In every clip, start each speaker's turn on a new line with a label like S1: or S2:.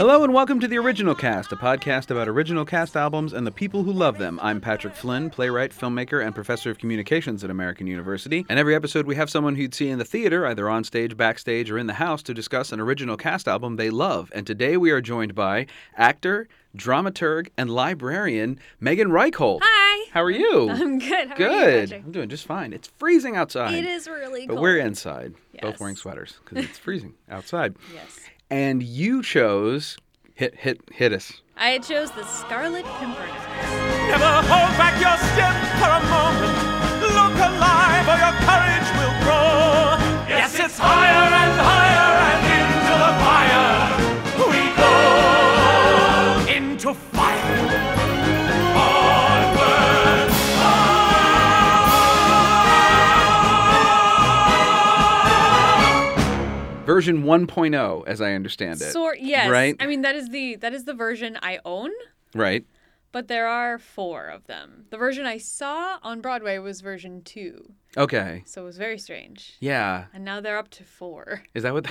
S1: Hello and welcome to the Original Cast, a podcast about original cast albums and the people who love them. I'm Patrick Flynn, playwright, filmmaker, and professor of communications at American University. And every episode, we have someone who you'd see in the theater, either on stage, backstage, or in the house, to discuss an original cast album they love. And today, we are joined by actor, dramaturg, and librarian Megan Reichhold.
S2: Hi.
S1: How are you?
S2: I'm good. How Are you,
S1: Good.
S2: Patrick?
S1: I'm doing just fine. It's freezing outside.
S2: It is really
S1: But
S2: cold.
S1: we're inside, both
S2: Yes.
S1: wearing sweaters because it's freezing outside.
S2: Yes.
S1: And you chose hit hit hit us.
S2: I chose the Scarlet Pimpernel.
S3: Never hold back your step for a moment. Look alive or your courage will grow. Yes, it's higher and higher and into the fire we go. Into fire. Onward,
S1: Version 1.0, as I understand it.
S2: Sort yes.
S1: Right?
S2: I mean that is the that is the version I own,
S1: right.
S2: but there are four of them. The version I saw on Broadway was version two,
S1: Okay.
S2: so it was very strange.
S1: Yeah.
S2: And now they're up to four.
S1: Is that what?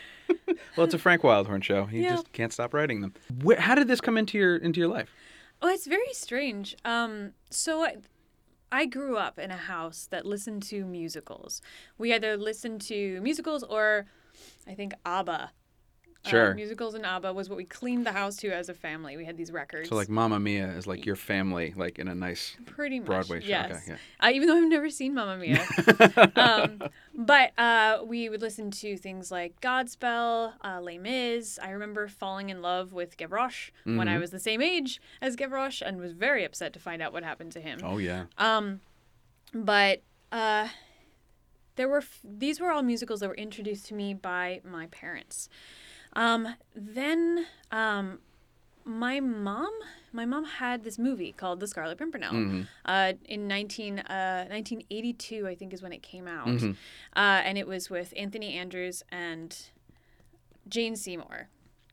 S1: well, it's a Frank Wildhorn show. He
S2: Yeah.
S1: just can't stop writing them. Where, how did this come into your into your life?
S2: Oh, it's very strange. Um, so I, I grew up in a house that listened to musicals. We either listened to musicals or, I think, ABBA. Uh,
S1: Sure.
S2: musicals and ABBA was what we cleaned the house to as a family. We had these records.
S1: So like Mamma Mia is like your family, like in a nice.
S2: pretty much
S1: Broadway show.
S2: Yes.
S1: Okay, yeah.
S2: uh, even though I've never seen Mamma Mia, um, but uh, we would listen to things like Godspell, uh, Les Mis. I remember falling in love with Gavroche when
S1: Mm-hmm.
S2: I was the same age as Gavroche, and was very upset to find out what happened to him.
S1: Oh yeah.
S2: Uh, But uh, there were f- these were all musicals that were introduced to me by my parents. Um, then um, my mom, my mom had this movie called The Scarlet Pimpernel.
S1: Mm-hmm.
S2: Uh, in 19, uh, 1982, I think is when it came out,
S1: Mm-hmm.
S2: uh, and it was with Anthony Andrews and Jane Seymour,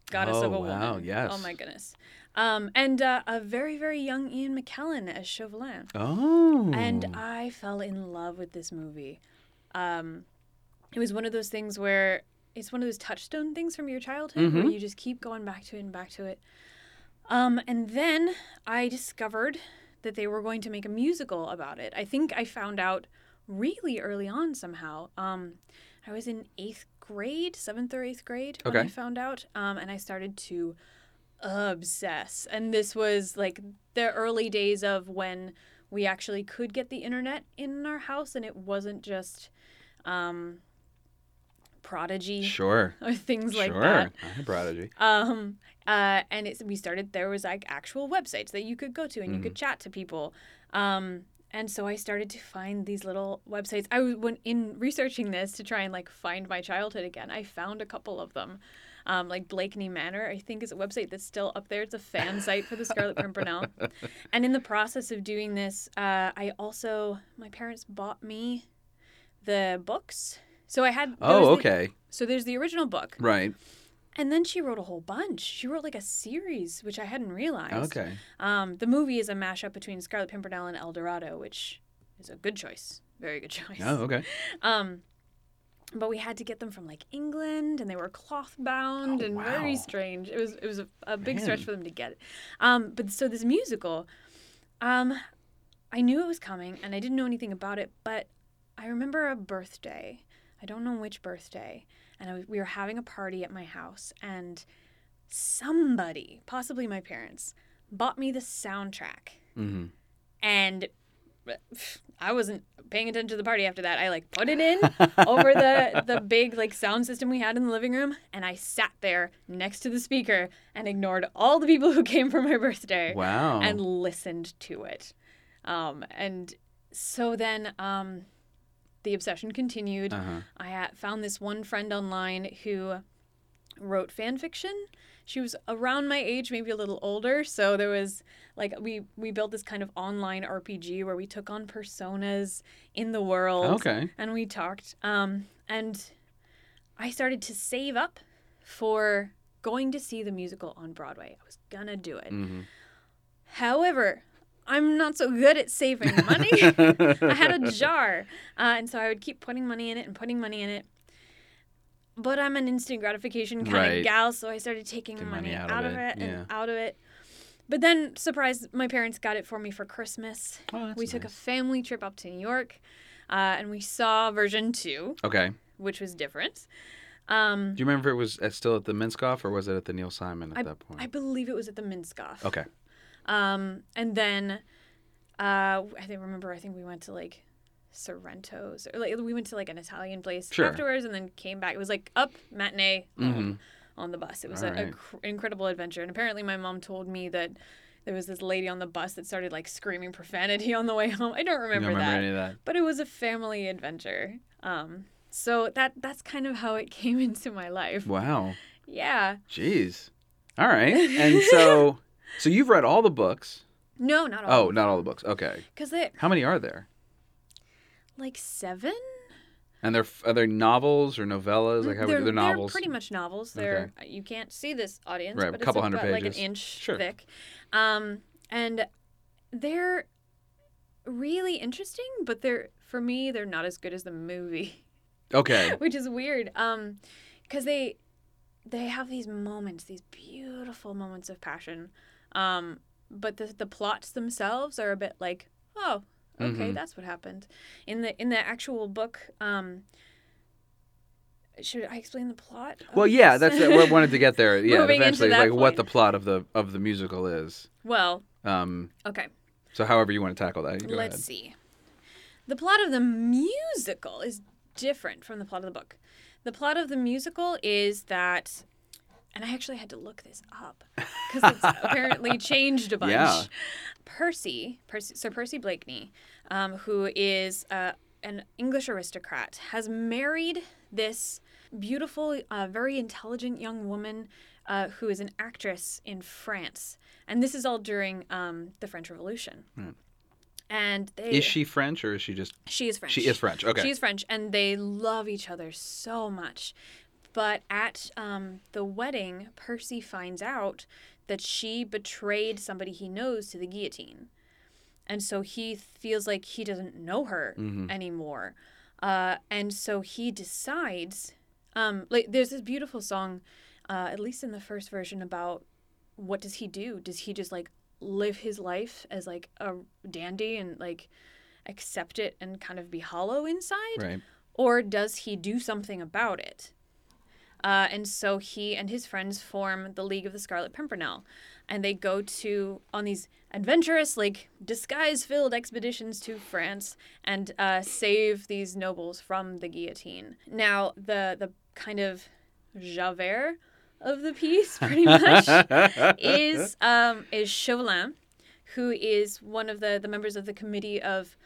S2: Goddess of
S1: Oh,
S2: a
S1: wow,
S2: Woman.
S1: yes.
S2: Oh my goodness. Um, and uh, a very very young Ian McKellen as Chauvelin
S1: oh.
S2: and I fell in love with this movie. Um, it was one of those things where it's one of those touchstone things from your childhood where you just keep going back to it and back to it. Um, and then I discovered that they were going to make a musical about it. I think I found out really early on somehow. Um, I was in eighth grade, seventh or eighth grade when
S1: Okay.
S2: I found out, um, and I started to obsess. And this was like the early days of when we actually could get the internet in our house and it wasn't just um, Prodigy
S1: sure.
S2: or things like
S1: sure.
S2: that.
S1: I'm a prodigy.
S2: Um, uh, and it's, we started, there was like actual websites that you could go to and you
S1: Mm-hmm.
S2: could chat to people. Um, and so I started to find these little websites. I was when in researching this to try and like find my childhood again. I found a couple of them, um, like Blakeney Manor. I think is a website that's still up there. It's a fan site for the Scarlet Pimpernel. And in the process of doing this, uh, I also my parents bought me the books. So I had there
S1: Oh,
S2: was the-
S1: okay.
S2: so there's the original book.
S1: Right.
S2: And then she wrote a whole bunch. She wrote like a series, which I hadn't realized.
S1: Okay.
S2: Um, the movie is a mashup between Scarlet Pimpernel and El Dorado, which is a good choice. Very good choice.
S1: Oh, okay.
S2: But we had to get them from like England, and they were cloth bound and
S1: Oh, wow.
S2: very strange. It was it was a, a big
S1: Man.
S2: stretch for them to get. Um, but so this musical, um, I knew it was coming, and I didn't know anything about it. But I remember a birthday. I don't know which birthday, and I was, we were having a party at my house, and somebody, possibly my parents, bought me the soundtrack,
S1: Mhm.
S2: and I wasn't paying attention to the party after that. I like put it in over the the big like sound system we had in the living room, and I sat there next to the speaker and ignored all the people who came for my birthday
S1: Wow.
S2: and listened to it. Um, and so then um, the obsession continued.
S1: Uh-huh.
S2: I ha- found this one friend online who wrote fan fiction. She was around my age, maybe a little older. So there was like we we built this kind of online RPG where we took on personas in the world.
S1: Okay.
S2: And we talked. Um, and I started to save up for going to see the musical on Broadway. I was gonna do it. However, I'm not so good at saving money. I had a jar, uh, and so I would keep putting money in it and putting money in it. But I'm an instant gratification kind
S1: Right.
S2: of gal, so I started taking
S1: Taking
S2: money, out, of it,
S1: yeah.
S2: and out of it. But then, surprise, my parents got it for me for Christmas.
S1: Oh, that's
S2: we took a
S1: nice.
S2: family trip up to New York, uh, and we saw version two,
S1: Okay.
S2: which was different. Um,
S1: Do you remember if it was at, still at the Minskoff or was it at the Neil Simon at
S2: I,
S1: that point?
S2: I believe it was at the Minskoff.
S1: okay.
S2: Um, and then uh, I think remember I think we went to like Sorrento's or like we went to like an Italian place
S1: Sure. Mm-hmm.
S2: afterwards, and then came back. It was like up matinee home on the bus. It was
S1: All
S2: an
S1: right.
S2: incredible adventure, and apparently my mom told me that. There was this lady on the bus that started like screaming profanity on the way home. I don't
S1: You don't
S2: remember,
S1: remember
S2: that,
S1: any of that?
S2: but it was a family adventure. Um, so that that's kind of how it came into my life.
S1: Wow.
S2: Yeah.
S1: Jeez. All right. And so, so you've read all the books.
S2: No, not all.
S1: Oh, not all the books. Okay.
S2: because they
S1: How many are there?
S2: like seven.
S1: And they're are they novels or novellas? Like how they're, they're novels.
S2: Mm, pretty much novels. They're uh, you can't see this audience,
S1: Right, a
S2: but
S1: couple
S2: it's
S1: hundred
S2: about, like an
S1: pages.
S2: inch
S1: Sure.
S2: thick, um, and they're really interesting. But they're for me, they're not as good as the movie,
S1: okay.
S2: which is weird, um, because they they have these moments, these beautiful moments of passion, um, but the the plots themselves are a bit like oh. Okay,
S1: Mhm.
S2: that's what happened. In the in the actual book, um, should I explain the plot? of
S1: Well, yeah,
S2: this?
S1: that's what I wanted to get there. Yeah,
S2: Moving into
S1: eventually,
S2: that
S1: like what
S2: point.
S1: the plot of the of the musical is.
S2: Well,
S1: Um,
S2: okay,
S1: so however you want to tackle that, you go
S2: let's
S1: ahead.
S2: see. The plot of the musical is different from the plot of the book. The plot of the musical is that, and I actually had to look this up because it's apparently changed a bunch.
S1: Yeah.
S2: Percy, Percy, Sir Percy Blakeney, um, who is uh, an English aristocrat, has married this beautiful, uh, very intelligent young woman uh, who is an actress in France, and this is all during um, the French Revolution. And they,
S1: Is she French or is she just?
S2: She is French.
S1: She is French. Okay.
S2: She's French, and they love each other so much. But at um, the wedding, Percy finds out that she betrayed somebody he knows to the guillotine. And so he feels like he doesn't know her
S1: Mm-hmm.
S2: anymore. Uh, and so he decides um, like there's this beautiful song, uh, at least in the first version, about what does he do? Does he just like live his life as like a dandy and like accept it and kind of be hollow inside?
S1: Right.
S2: or does he do something about it? Uh, and so he and his friends form the League of the Scarlet Pimpernel, and they go to on these adventurous, like disguise-filled expeditions to France and uh, save these nobles from the guillotine. Now, the the kind of Javert of the piece, pretty much, is um, is Chauvelin, who is one of the the members of the committee of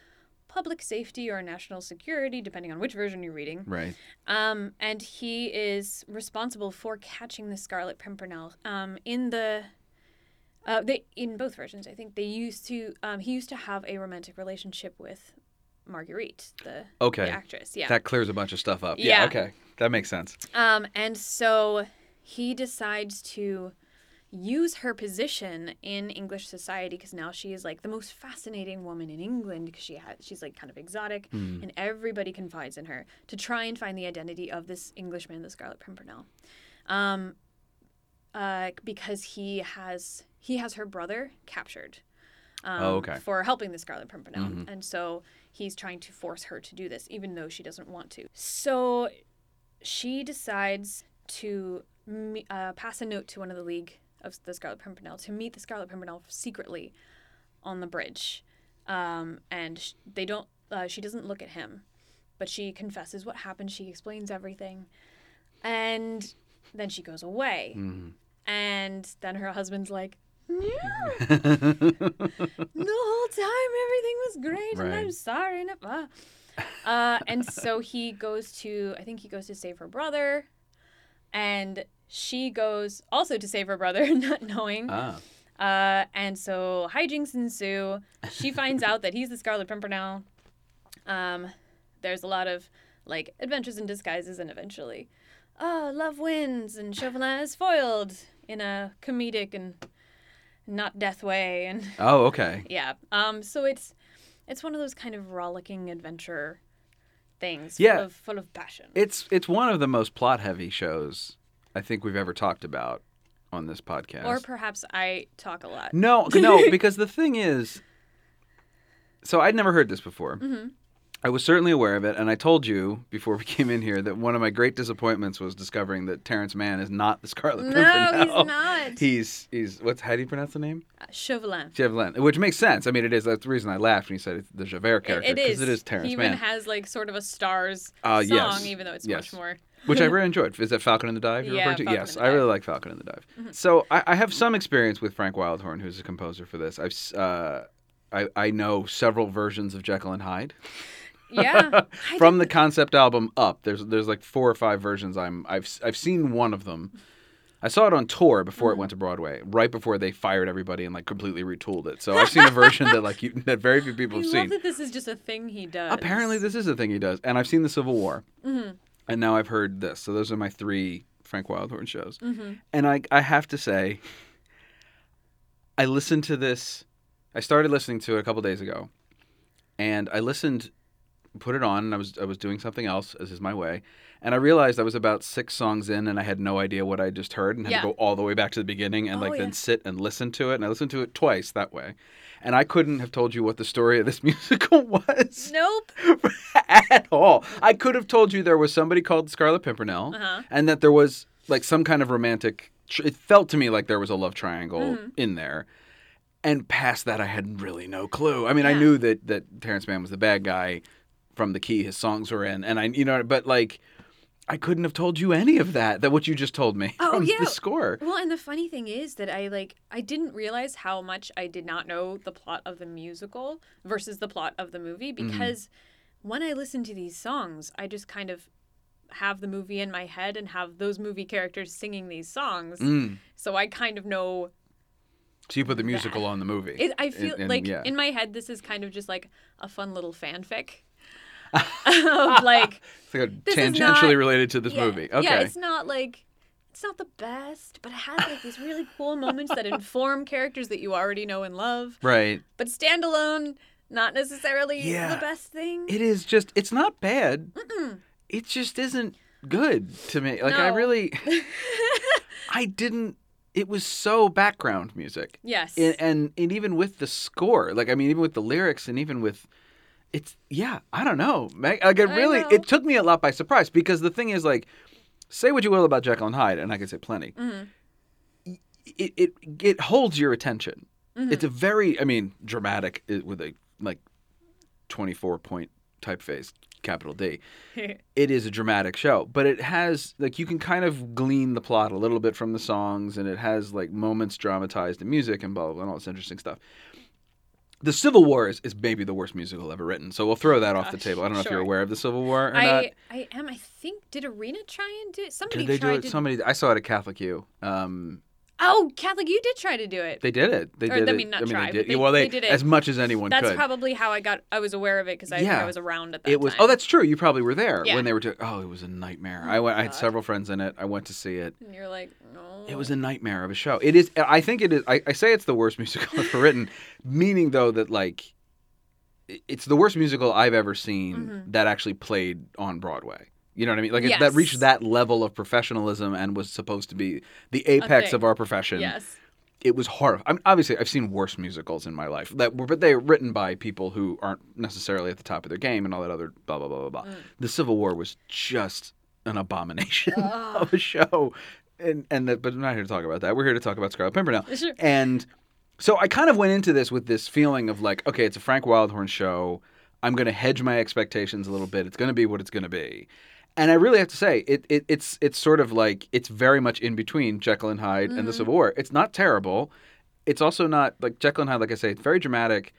S2: public safety or national security, depending on which version you're reading.
S1: Right.
S2: Um, and he is responsible for catching the Scarlet Pimpernel. Um, in the uh, they in both versions, I think they used to. Um, he used to have a romantic relationship with Marguerite, the,
S1: Okay.
S2: the actress. Yeah.
S1: That clears a bunch of stuff up. Yeah.
S2: Yeah.
S1: Okay. That makes sense.
S2: Um, and so he decides to use her position in English society because now she is like the most fascinating woman in England because she has she's like kind of exotic and everybody confides in her to try and find the identity of this Englishman, the Scarlet Pimpernel, um, uh, because he has he has her brother captured. Um,
S1: Oh, okay.
S2: For helping the Scarlet Pimpernel, and so he's trying to force her to do this, even though she doesn't want to. So she decides to me- uh, pass a note to one of the League of the Scarlet Pimpernel to meet the Scarlet Pimpernel secretly on the bridge, um, and sh- they don't. Uh, she doesn't look at him, but she confesses what happened. She explains everything, and then she goes away. And then her husband's like, "No, the whole time everything was great and
S1: Right.
S2: i'm sorry and, ah." uh, and so he goes to i think he goes to save her brother and she goes also to save her brother not knowing
S1: Ah.
S2: uh, and so hijinks ensue she finds out that he's the scarlet pimpernel um, there's a lot of like adventures and disguises and eventually oh, love wins and Chauvelin is foiled in a comedic and not death way. And
S1: Oh, okay.
S2: yeah, um, so it's it's one of those kind of rollicking adventure things
S1: Yeah.
S2: full, of, full of passion.
S1: It's it's one of the most plot heavy shows I think we've ever talked about on this podcast.
S2: Or perhaps I talk a lot.
S1: No, no, because the thing is, so I'd never heard this before.
S2: Mm-hmm.
S1: I was certainly aware of it, and I told you before we came in here that one of my great disappointments was discovering that Terrence Mann is not the Scarlet
S2: No,
S1: Pimpernel.
S2: he's not.
S1: He's he's what's how do you pronounce the name?
S2: Chauvelin.
S1: Javelin, which makes sense. I mean, it is that's the reason I laughed when you said it's the Javert
S2: It-
S1: character
S2: it is.
S1: because it is Terrence
S2: he
S1: Mann,
S2: even has like sort of a stars
S1: Uh,
S2: song,
S1: yes.
S2: even though it's
S1: Yes.
S2: much more.
S1: which I really enjoyed. Is that Falcon and the Dive? You're
S2: Yeah,
S1: referring to?
S2: Falcon
S1: yes,
S2: and
S1: I
S2: the
S1: really
S2: Dive. Mm-hmm.
S1: like Falcon and the Dive. So I, I have some experience with Frank Wildhorn, who's a composer for this. I've s- uh, I, I know several versions of Jekyll and Hyde.
S2: Yeah. I
S1: from the
S2: didn't-
S1: concept album up. There's there's like four or five versions. I'm I've I've seen one of them. I saw it on tour before
S2: Mm-hmm.
S1: it went to Broadway, right before they fired everybody and like completely retooled it. So I've seen a version that like you, that very few people
S2: I
S1: have
S2: love
S1: seen.
S2: that this is just a thing he does. Mm-hmm.
S1: Apparently, this is a thing he does, and I've seen the Civil War, and now I've heard this. So those are my three Frank Wildhorn shows,
S2: Mm-hmm.
S1: and I I have to say, I listened to this. I started listening to it a couple days ago, and I listened, put it on, and I was I was doing something else, as is my way, and I realized I was about six songs in, and I had no idea what I just heard, and had
S2: Yeah.
S1: to go all the way back to the beginning, and
S2: Oh,
S1: like then
S2: yeah.
S1: sit and listen to it, and I listened to it twice that way, and I couldn't have told you what the story of this musical was
S2: Nope.
S1: at all. I could have told you there was somebody called Scarlet Pimpernel,
S2: Uh-huh.
S1: and that there was like some kind of romantic. tr- It felt to me like there was a love triangle
S2: Mm-hmm.
S1: in there, and past that, I had really no clue. I mean, I
S2: Yeah.
S1: knew that that Terrence Mann was the bad guy from the key his songs were in, and I, you know, but like. I couldn't have told you any of that. That what you just told me
S2: Oh,
S1: from
S2: yeah.
S1: the score.
S2: Well, and the funny thing is that I like I didn't realize how much I did not know the plot of the musical versus the plot of the movie
S1: Mm-hmm.
S2: because when I listen to these songs, I just kind of have the movie in my head and have those movie characters singing these songs.
S1: Mm.
S2: So I kind of know
S1: So you put the musical on the movie.
S2: It, I feel
S1: And- and,
S2: like
S1: yeah.
S2: in my head, this is kind of just like a fun little fanfic. of like
S1: It's like a
S2: this is
S1: tangentially
S2: not-
S1: related to this
S2: yeah,
S1: movie. Okay.
S2: yeah, it's not like it's not the best, but it has like these really cool moments that inform characters that you already know and love.
S1: right.
S2: But standalone, not necessarily
S1: Yeah.
S2: the best thing.
S1: it is just it's not bad it just isn't good to me like i
S2: No.
S1: really i didn't it was so background music
S2: yes,
S1: and, and and even with the score like i mean even with the lyrics and even with it's yeah i don't know Meg, like it
S2: I
S1: really
S2: know.
S1: it took me a lot by surprise because the thing is like say what you will about jekyll and hyde and i could say plenty
S2: Mm-hmm.
S1: Y- it, it it holds your attention it's a very i mean dramatic i- with a like 24 point typeface capital d it is a dramatic show, but it has like you can kind of glean the plot a little bit from the songs, and it has like moments dramatized in music and blah blah, blah and all this interesting stuff. The Civil War is, is maybe the worst musical ever written, so we'll throw that off the
S2: Gosh,
S1: table. I don't know if you're
S2: sure.
S1: aware of the Civil War or not.
S2: I I am. I think did Arena try and do it? Somebody
S1: Did they do
S2: tried
S1: it?
S2: to.
S1: Somebody I saw it at Catholic U. Um,
S2: Oh, Catholic, you did try to do it.
S1: they did it. They
S2: Or,
S1: did
S2: I
S1: it.
S2: mean, not
S1: I mean,
S2: try,
S1: they
S2: but
S1: did.
S2: they-
S1: well, they,
S2: they did it.
S1: as much as anyone
S2: That's
S1: could.
S2: probably how I got. I was aware of it because I think
S1: Yeah.
S2: I was around at that
S1: it was.
S2: time.
S1: Oh, that's true. You probably were there
S2: Yeah.
S1: when they were. doing oh, it was a nightmare. I went. I had
S2: God.
S1: several friends in it. I went to see it.
S2: And you're like, no.
S1: It was a nightmare of a show. It is. I think it is. I, I say it's the worst musical ever written, meaning though that like, i- it's the worst musical I've ever seen
S2: Mm-hmm.
S1: that actually played on Broadway. You know what I mean? Like it, that reached
S2: Yes.
S1: that level of professionalism and was supposed to be the apex
S2: thing.
S1: of our profession.
S2: yes.
S1: It was horrible. I mean, obviously, I've seen worse musicals in my life that were, but they were written by people who aren't necessarily at the top of their game and all that other blah blah blah blah blah. The Civil War was just an abomination of a show, and and that. But I'm not here to talk about that. We're here to talk about Scarlet Pimpernel.
S2: Sure.
S1: And so I kind of went into this with this feeling of like, okay, it's a Frank Wildhorn show. I'm going to hedge my expectations a little bit. It's going to be what it's going to be. And I really have to say, it, it it's it's sort of like it's very much in between Jekyll and Hyde and the Civil War. It's not terrible. It's also not like Jekyll and Hyde. Like I say, it's very dramatic,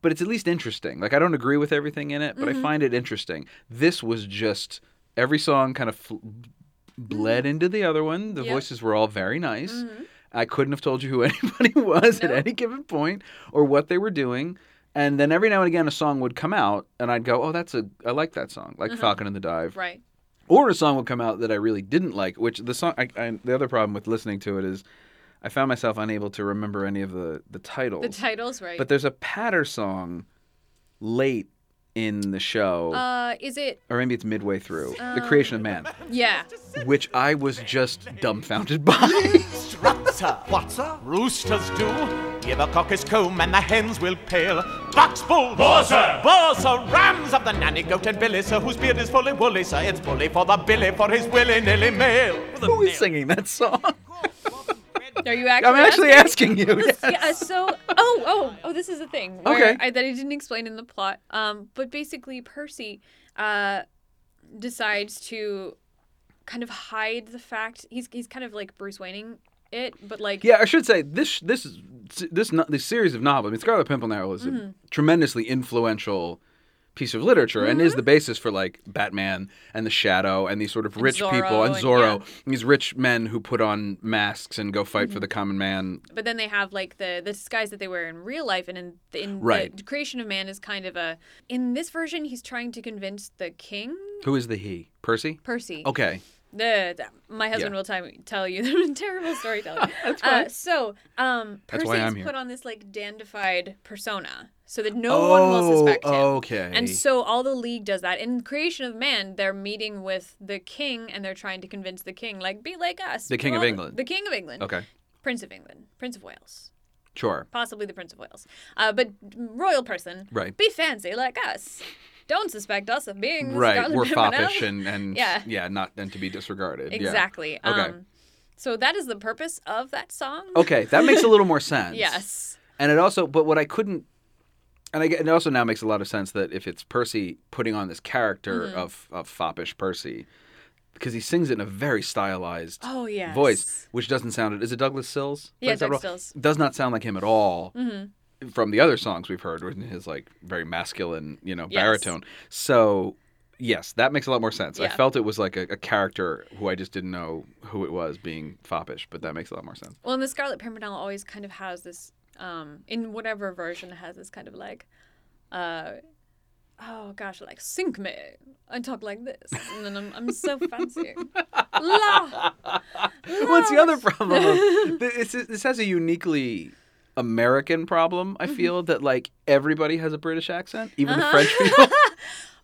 S1: but it's at least interesting. Like I don't agree with everything in it, but I find it interesting. This was just every song kind of fl- bled into the other one. The
S2: Yeah.
S1: voices were all very nice.
S2: Mm. Mm-hmm.
S1: I couldn't have told you who anybody was at
S2: No.
S1: any given point or what they were doing. And then every now and again, a song would come out, and I'd go, "Oh, that's a I like that song, like Falcon and the Dive,"
S2: Right.
S1: or a song would come out that I really didn't like. Which the song, I, I, the other problem with listening to it is, I found myself unable to remember any of the the titles.
S2: The titles, right?
S1: But there's a patter song late in the show,
S2: uh, is it?
S1: or maybe it's midway through, the creation of man,
S2: Yeah.
S1: which I was just dumbfounded by.
S3: Struts her. What's her? Roosters do. Give a cock his comb and the hens will pale. Bucks, bull, boars, sir. Boars, sir. Rams of the nanny goat and billy, sir, whose beard is fully woolly, sir. It's bully for the billy, for his willy nilly male.
S1: Who is singing that song?
S2: Are you actually?
S1: I'm actually
S2: asking?
S1: asking you. yes.
S2: Yeah, uh, so oh oh oh this is a thing where
S1: Okay.
S2: I, that I didn't explain in the plot. Um, but basically Percy uh decides to kind of hide the fact he's he's kind of like Bruce Wayneing it, but like
S1: Yeah, I should say this this is this no- this series of novels. I mean, Scarlet Pimpernel is
S2: Mm-hmm.
S1: a tremendously influential piece of literature and
S2: Mm-hmm.
S1: is the basis for like Batman and the Shadow and these sort of rich people
S2: Zorro
S1: and
S2: and-
S1: Zorro,
S2: yeah. Mm-hmm.
S1: these rich men who put on masks and go fight for the common man.
S2: but then they have like the the disguise that they wear in real life and in, in
S1: Right.
S2: the creation of man is kind of a in this version he's trying to convince the king
S1: Who is the he? Percy.
S2: Percy
S1: Okay.
S2: The, the- my husband
S1: Yeah.
S2: will time, tell you that I'm a terrible storyteller. That's Uh, so um,
S1: That's
S2: Percy
S1: why I'm
S2: is
S1: here.
S2: put on this like dandified persona so that no one will suspect him.
S1: Oh, okay.
S2: And so all the league does that. In Creation of Man, they're meeting with the king and they're trying to convince the king, like, be like us.
S1: The
S2: do
S1: King of
S2: all the-
S1: England.
S2: The King of England.
S1: okay,
S2: Prince of England. Prince of Wales.
S1: sure.
S2: Possibly the Prince of Wales. Uh, but royal person.
S1: Right.
S2: Be fancy like us. Don't suspect us of being
S1: Right,
S2: Scarlet
S1: we're
S2: Pimpernel.
S1: foppish and and yeah.
S2: Yeah.
S1: not and to be disregarded. Yeah.
S2: Exactly.
S1: Okay. Oh,
S2: Um, so that is the purpose of that song.
S1: Okay, that makes a little more sense.
S2: Yes.
S1: And it also, but what I couldn't, and I get, it also now makes a lot of sense that if it's Percy putting on this character
S2: Mm-hmm.
S1: of, of foppish Percy, because he sings it in a very stylized
S2: Oh yes.
S1: voice, which doesn't sound, is it Douglas Sills?
S2: Yeah,
S1: Plays that
S2: Doug
S1: role?
S2: Sills. Mm-hmm.
S1: Does not sound like him at all. From the other songs we've heard, in his like very masculine, you know,
S2: Yes.
S1: baritone. So, yes, that makes a lot more sense. I
S2: Yeah.
S1: felt it was like a, a character who I just didn't know who it was being foppish, but that makes a lot more sense.
S2: Well, and the Scarlet Pimpernel always kind of has this, um, in whatever version, it has this kind of like, uh, oh gosh, like sink me and talk like this, and then I'm, I'm so fancy. La.
S1: What's the other problem? of- th- it's, this has a uniquely American problem. I feel that like everybody has a British accent, even the French people.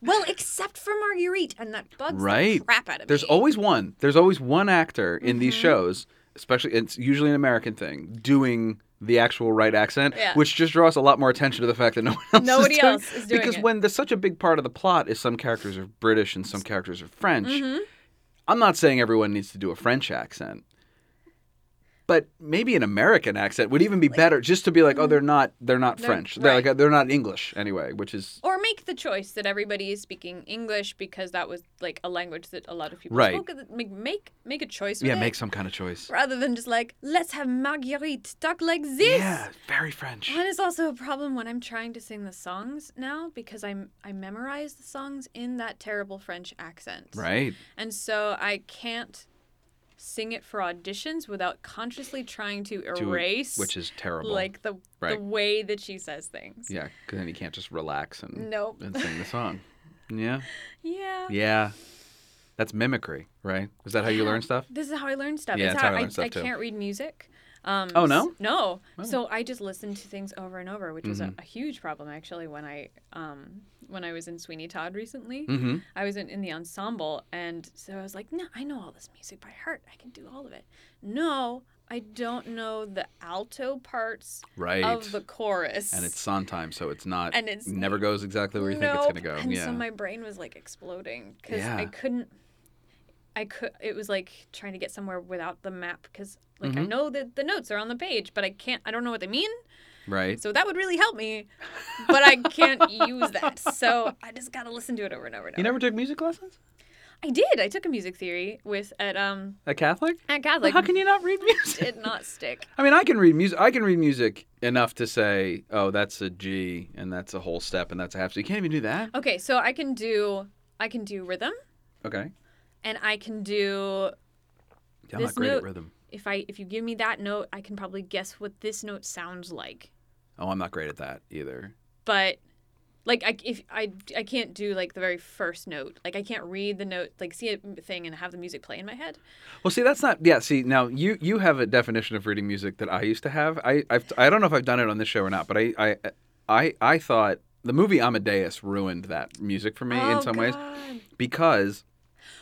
S2: Well, except for Marguerite, and that bugs
S1: right?
S2: the crap out of
S1: There's
S2: me. Mm-hmm.
S1: always one. There's always one actor in these shows, especially it's usually an American thing, doing the actual right accent,
S2: Yeah.
S1: which just draws a lot more attention to the fact that no one else
S2: Nobody
S1: is doing,
S2: else is doing
S1: because
S2: it.
S1: when there's such a big part of the plot is some characters are British and some characters are French.
S2: Mm-hmm.
S1: I'm not saying everyone needs to do a French accent. But maybe an American accent would even be better, just to be like, oh, they're not, they're not French, they're
S2: mm-hmm. right.
S1: like, they're not English anyway, which is
S2: Or make the choice that everybody is speaking English because that was like a language that a lot of people
S1: Right.
S2: spoke. Make make make a choice. With
S1: yeah,
S2: it.
S1: make some kind of choice.
S2: rather than just like let's have marguerite talk like this
S1: Yeah, very French.
S2: and it's also a problem when i'm trying to sing the songs now because i'm i memorize the songs in that terrible french accent
S1: Right.
S2: and so i can't sing it for auditions without consciously trying to
S1: to it,
S2: erase
S1: which is terrible.
S2: like the
S1: Right.
S2: the way that she says things
S1: yeah, 'cause then you can't just relax and
S2: Nope.
S1: and sing the song. Yeah,
S2: yeah,
S1: yeah, that's mimicry, right? Is that how you learn stuff?
S2: This is how I learn stuff.
S1: Yeah,
S2: It's
S1: that's how I learn stuff,
S2: I
S1: too.
S2: can't read music. Um,
S1: Oh, no?
S2: s- no. So I just listened to things over and over, which was
S1: Mm-hmm.
S2: a, a huge problem actually when I um, when I was in Sweeney Todd recently.
S1: Mhm.
S2: I was in, in the ensemble, and so I was like, no, I know all this music by heart. I can do all of it. No, I don't know the alto parts
S1: Right.
S2: of the chorus.
S1: And it's Sondheim, so it's not.
S2: And it's-
S1: never goes exactly where you think
S2: Nope.
S1: it's gonna go.
S2: And
S1: yeah.
S2: so my brain was like exploding because
S1: Yeah.
S2: I couldn't. I could. It was like trying to get somewhere without the map because like
S1: Mm-hmm.
S2: I know that the notes are on the page, but I can't. I don't know what they mean.
S1: right.
S2: So that would really help me, but I can't use that. So I just gotta listen to it over and over and over.
S1: you never took music lessons?
S2: I did. I took a music theory with at um
S1: A Catholic?
S2: at Catholic.
S1: how can you not read music?
S2: Did not stick.
S1: I mean, I can read music. I can read music enough to say, "Oh, that's a G, and that's a whole step, and that's a half." So you can't even do that.
S2: Okay, so I can do I can do rhythm,
S1: Okay.
S2: and I can do
S1: Yeah, I'm
S2: This
S1: not great at
S2: note-
S1: rhythm.
S2: if I if you give me that note, I can probably guess what this note sounds like.
S1: Oh, I'm not great at that either.
S2: but like I if I I can't do like the very first note. Like I can't read the note, like see a thing and have the music play in my head.
S1: Well, see, that's not. Yeah, see, now you you have a definition of reading music that I used to have. I I've, I don't know if I've done it on this show or not, but I I I, I thought the movie Amadeus ruined that music for me in
S2: Oh,
S1: some ways
S2: God.
S1: because.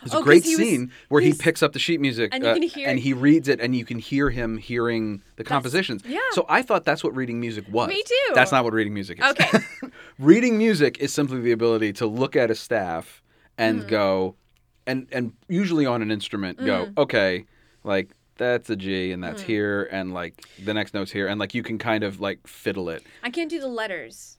S1: There's
S2: Oh,
S1: a
S2: 'cause
S1: great
S2: he was-
S1: scene where he
S2: he's-
S1: picks up the sheet music uh,
S2: And you can hear-
S1: and he reads it, and you can hear him hearing the compositions.
S2: yeah.
S1: So I thought that's what reading music was.
S2: Me too.
S1: That's not what reading music is.
S2: Okay.
S1: reading music is simply the ability to look at a staff and
S2: Mm-hmm.
S1: go and and usually on an instrument go
S2: Mm-hmm.
S1: okay like that's a g and
S2: Mm.
S1: that's here and like the next note's here and like you can kind of like fiddle it
S2: I can't do the letters.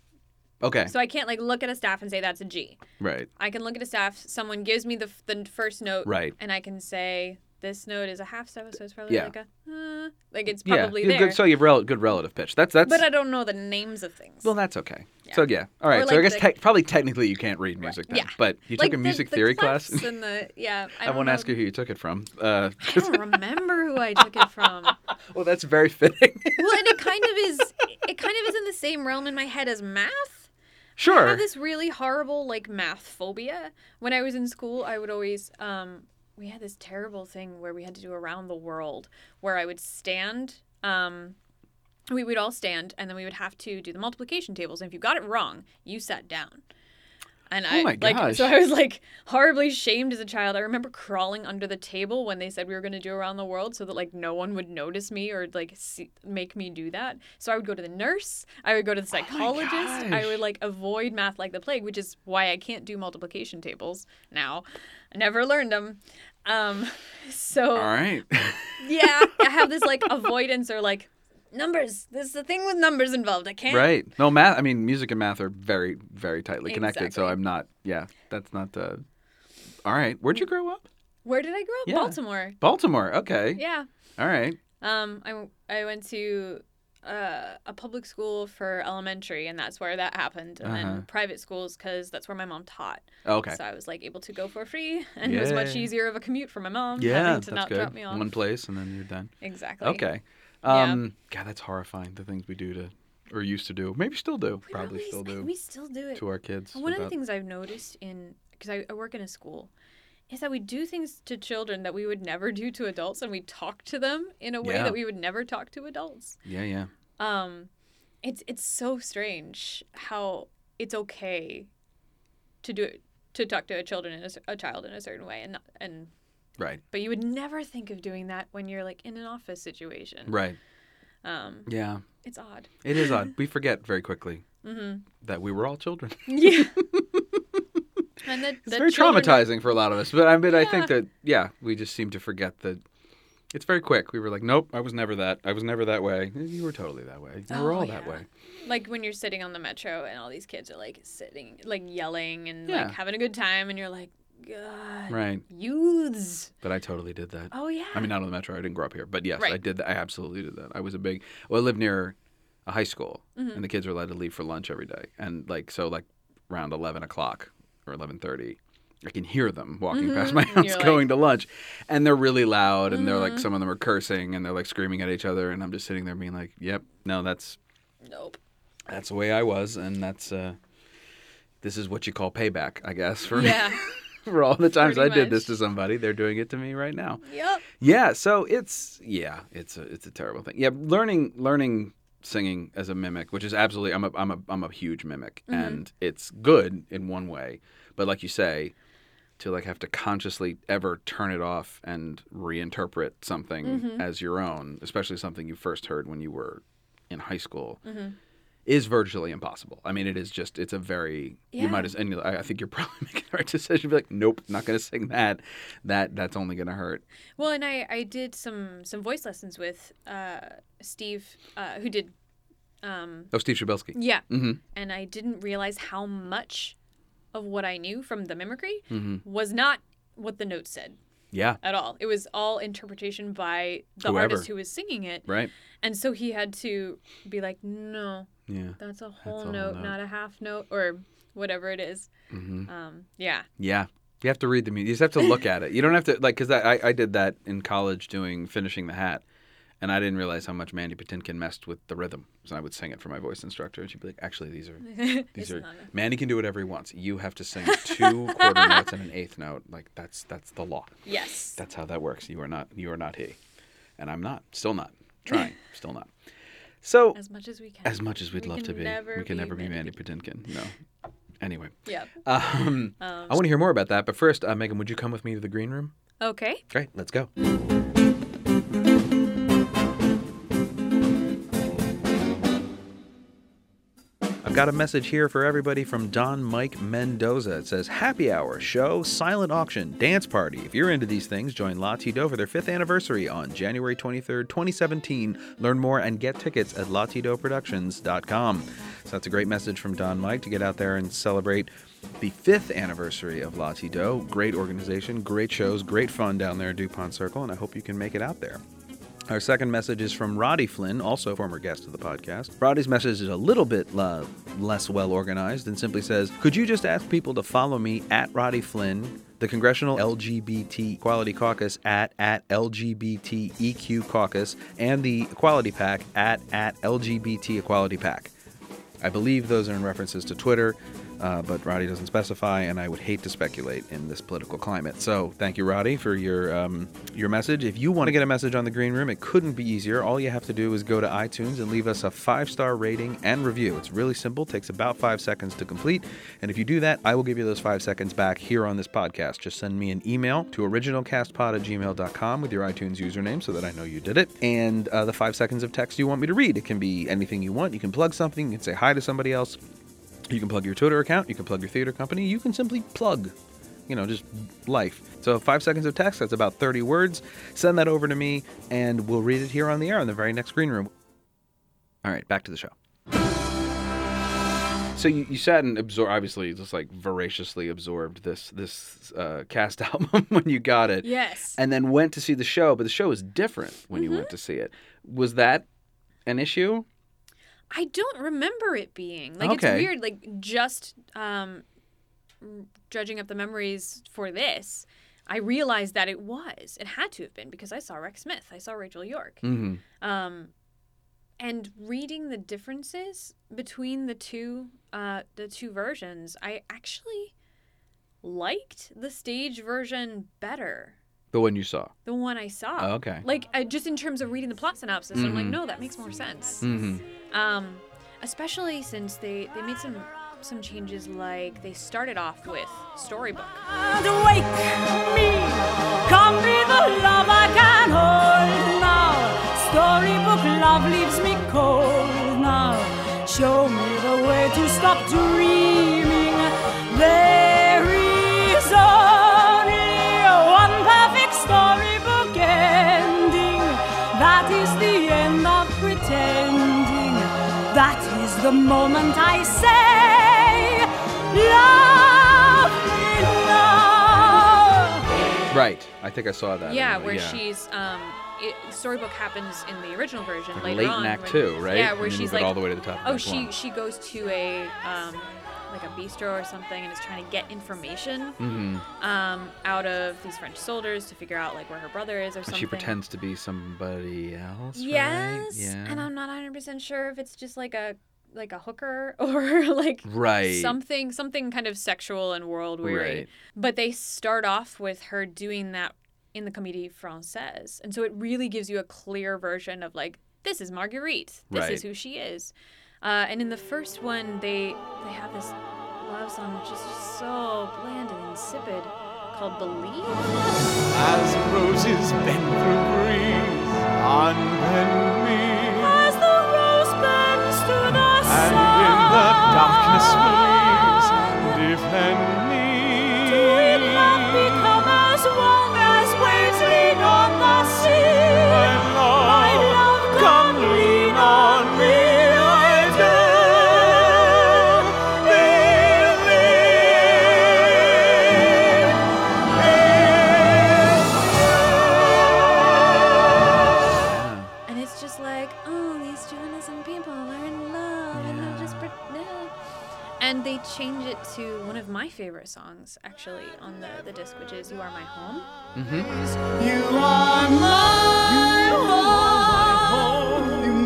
S1: okay
S2: So I can't like look at a staff and say that's a G.
S1: right
S2: I can look at a staff, someone gives me the f- the first note
S1: Right.
S2: and I can say this note is a half staff, so it's probably
S1: Yeah.
S2: like a uh, like it's
S1: yeah
S2: probably
S1: you're
S2: there.
S1: good so you've rel- good relative pitch that's that's
S2: but I don't know the names of things.
S1: well that's okay so yeah all right
S2: Or,
S1: so i
S2: like,
S1: guess
S2: the-
S1: tec- probably technically you can't read music then
S2: Yeah.
S1: but you
S2: like
S1: took a
S2: the-
S1: music
S2: the
S1: theory
S2: clefs
S1: class
S2: and the yeah. I,
S1: I
S2: don't
S1: won't
S2: know.
S1: ask you who you took it from. Uh,
S2: I don't remember who I took it from. Well,
S1: well, that's very fitting.
S2: and it kind of is. It kind of is in the same realm in my head as math. I
S1: sure.
S2: have this really horrible like math phobia. When I was in school, I would always um we had this terrible thing where we had to do around the world where I would stand um we would all stand and then we would have to do the multiplication tables and if you got it wrong, you sat down. And I
S1: Oh my
S2: like so
S1: gosh.
S2: I was like horribly shamed as a child. I remember crawling under the table when they said we were going to do around the world so that like no one would notice me or like see, make me do that. So I would go to the nurse, I would go to the psychologist, I
S1: gosh.
S2: would like avoid math like the plague, which is why I can't do multiplication tables now. I never learned them. Um so
S1: All right.
S2: yeah, I have this like avoidance or like numbers. This is the thing with numbers involved. I can't.
S1: Right. No math. I mean, music and math are very, very tightly connected. So
S2: Exactly.
S1: I'm not. Yeah, that's not the. All right. Where'd you grow up?
S2: Where did I grow up?
S1: Yeah.
S2: Baltimore.
S1: Baltimore. Okay.
S2: Yeah.
S1: All right.
S2: Um I w- I went to uh, a public school for elementary and that's where that happened and
S1: Uh-huh.
S2: then private schools cuz that's where my mom taught.
S1: Oh, Okay.
S2: So I was like able to go for free and it was much
S1: Yeah.
S2: easier of a commute for my mom
S1: yeah,
S2: having to
S1: that's
S2: not
S1: good.
S2: drop me off.
S1: One place and then you're done.
S2: Exactly.
S1: Okay. Um, God, that's horrifying. The things we do to, or used to do, maybe still do,
S2: We
S1: probably
S2: always-
S1: still do
S2: We still do it.
S1: to our kids.
S2: One of the
S1: without-
S2: things I've noticed in because I, I work in a school is that we do things to children that we would never do to adults, and we talk to them in a way
S1: Yeah.
S2: that we would never talk to adults.
S1: Yeah, yeah.
S2: Um, it's it's so strange how it's okay to do it to talk to a children in a, cer- a child in a certain way, and not, and
S1: Right.
S2: but you would never think of doing that when you're like in an office situation.
S1: Right.
S2: Um,
S1: Yeah.
S2: it's odd.
S1: It is odd. We forget very quickly
S2: Mm-hmm.
S1: that we were all children.
S2: Yeah. and the,
S1: It's very traumatizing for a lot of us. But I mean, I think that yeah, we just seem to forget that. It's very quick. We were like, nope, I was never that. I was never that way. You were totally that way. We were
S2: Oh,
S1: all that
S2: yeah.
S1: way.
S2: like when you're sitting on the metro and all these kids are like sitting like yelling and
S1: Yeah.
S2: like having a good time and you're like god
S1: Right.
S2: youths
S1: But I totally did that.
S2: oh yeah
S1: I mean, not on the metro. I didn't grow up here, but yes, I
S2: Right.
S1: did. That. I absolutely did that. I was a big. Well, I lived near a high school,
S2: Mm-hmm.
S1: and the kids were allowed to leave for lunch every day. And like so, like around eleven o'clock or eleven thirty, I can hear them walking past my house
S2: Mm-hmm. you're like- Mm-hmm.
S1: going to lunch, and they're really loud, and they're like some of them are cursing, and they're like screaming at each other, and I'm just sitting there being like, "Yep, no, that's
S2: nope
S1: that's the way I was, and that's uh, this is what you call payback, I guess, for me-
S2: yeah
S1: for all the times I
S2: Pretty
S1: did this to
S2: much.
S1: somebody. They're doing it to me right now.
S2: yep
S1: Yeah, so it's yeah, it's a it's a terrible thing. Yeah, learning learning singing as a mimic, which is absolutely I'm a I'm a I'm a huge mimic and it's good in one way, but like you say, to like have to consciously ever turn it off and reinterpret something as your own, especially something you first heard when you were in high school. Is virtually impossible. I mean, it is just, it's a very, you
S2: Yeah.
S1: might as, and you- I I think you're probably making the right decision. Be like, nope, not going to sing that. That, that's only going to hurt.
S2: well and i i did some some voice lessons with uh steve uh who did um
S1: Oh, Steve Shabelsky.
S2: yeah
S1: Mm-hmm.
S2: and i didn't realize how much of what i knew from the mimicry
S1: Mm-hmm.
S2: was not what the notes said
S1: Yeah.
S2: at all it was all interpretation by the
S1: Whoever.
S2: artist who was singing it
S1: Right.
S2: And so he had to be like, no,
S1: Yeah.
S2: that's a whole
S1: a
S2: note,
S1: note.
S2: not a half note, or whatever it is.
S1: hmm
S2: Um, yeah.
S1: Yeah. You have to read the music. You just have to look at it. You don't have to like because I I did that in college doing finishing the hat, And I didn't realize how much Mandy Patinkin messed with the rhythm. So I would sing it for my voice instructor, and she'd be like, "Actually, these are these
S2: It's
S1: are
S2: not a-
S1: Mandy can do whatever he wants. You have to sing two quarter notes and an eighth note. Like that's that's the law.
S2: Yes.
S1: That's how that works. You are not you are not he, and I'm not. Still not trying. still not. So
S2: as much as we can.
S1: as much as we'd
S2: We
S1: love
S2: can
S1: to be,
S2: never
S1: we can
S2: be
S1: never be Mandy
S2: Mandy
S1: Patinkin. No. Anyway,
S2: Yeah.
S1: um, I want to hear more about that. But first, uh, Megan, would you come with me to the green room?
S2: Okay.
S1: Great, let's go. I've got a message here for everybody from Don Mike Mendoza. It says Happy Hour, Show, Silent Auction, Dance Party. If you're into these things, join La Tido for their fifth anniversary on January 23rd, 2017. Learn more and get tickets at latidoproductions.com. So that's a great message from Don Mike to get out there and celebrate the fifth anniversary of La Tido. Great organization, great shows, great fun down there at DuPont Circle, and I hope you can make it out there. Our second message is from Roddy Flynn, also a former guest of the podcast. Roddy's message is a little bit uh, less well organized and simply says, Could you just ask people to follow me at Roddy Flynn, the Congressional LGBT Equality Caucus at, at LGBTEQ E Caucus, and the Equality Pack at, at LGBT Equality Pack? I believe those are in references to Twitter, uh, but Roddy doesn't specify, and I would hate to speculate in this political climate. So thank you, Roddy, for your um, your message. If you want to get a message on the Green Room, it couldn't be easier. All you have to do is go to iTunes and leave us a five star rating and review. It's really simple; takes about five seconds to complete. And if you do that, I will give you those five seconds back here on this podcast. Just send me an email to originalcastpod at gmail.com with your iTunes username so that I know you did it. And uh, the five seconds of text you want me to read. It can be anything you want. You can plug something. You can say hi to somebody else. You can plug your Twitter account. You can plug your theater company. You can simply plug, you know, just life. So five seconds of text, that's about 30 words. Send that over to me and we'll read it here on the air on the very next green room. All right, back to the show. So you, you sat and absorbed, obviously, just like voraciously absorbed this this uh, cast album when you got it,
S2: Yes. Mm-hmm.
S1: and then went to see the show. But the show was different when you went to see it. Was that an issue?
S2: I don't remember it being like
S1: Okay.
S2: it's weird. Like just um, judging up the memories for this, I realized that it was. It had to have been because I saw Rex Smith. I saw Rachel York.
S1: Mm-hmm.
S2: Um, and reading the differences between the two uh, the two versions, I actually liked the stage version better.
S1: The one you saw.
S2: The one I saw.
S1: Oh, okay.
S2: Like I, just in terms of reading the plot synopsis, I'm like,
S1: Mhm.
S2: no, that makes more sense
S1: Mm-hmm.
S2: um, especially since they, they made some some changes like they started off with storybook
S1: Oh,
S4: And wake me, come be the love I can hold now. Storybook love leaves me cold now. Show me the way to stop dreaming. There is only one perfect storybook ending. That is the end of pretending. That is the moment I say, Love me now.
S1: Right. I think I saw that.
S2: yeah
S1: anyway,
S2: where she's um it, storybook happens in the original version
S1: Like
S2: later
S1: late
S2: on
S1: in Act
S2: when-
S1: Two, right?
S2: yeah
S1: And
S2: where
S1: then you
S2: she's
S1: move it
S2: like
S1: all the way to the top. of
S2: oh
S1: Act
S2: she
S1: One.
S2: she goes to a um like a bistro or something and is trying to get information
S1: Mm-hmm.
S2: um out of these french soldiers to figure out like where her brother is or
S1: And
S2: something
S1: she pretends to be somebody else. right?
S2: yes
S1: Yeah.
S2: and i'm not 100% sure if it's just like a like a hooker or like
S1: right.
S2: something something kind of sexual and world weary.
S1: Right.
S2: But they start off with her doing that in the Comédie Française, and so it really gives you a clear version of like this is Marguerite, this
S1: Right.
S2: is who she is. Uh, and in the first one, they they have this love song which is just so bland and insipid called "Believe."
S3: As roses bend through breeze, unbend me,
S4: As the rose bends to the
S3: and
S4: sun,
S3: in the darkness believes, defend me.
S4: do we not become as one as waves lean on the sea?
S3: My love,
S4: My love,
S3: come
S4: come
S3: lean on me, I do believe in
S1: Yeah.
S2: And it's just like, oh, these two innocent people are in love, and they're just pre- no. And they change it to one of my favorite songs, actually, on the, the disc, which is "You Are My Home."
S4: You are my home.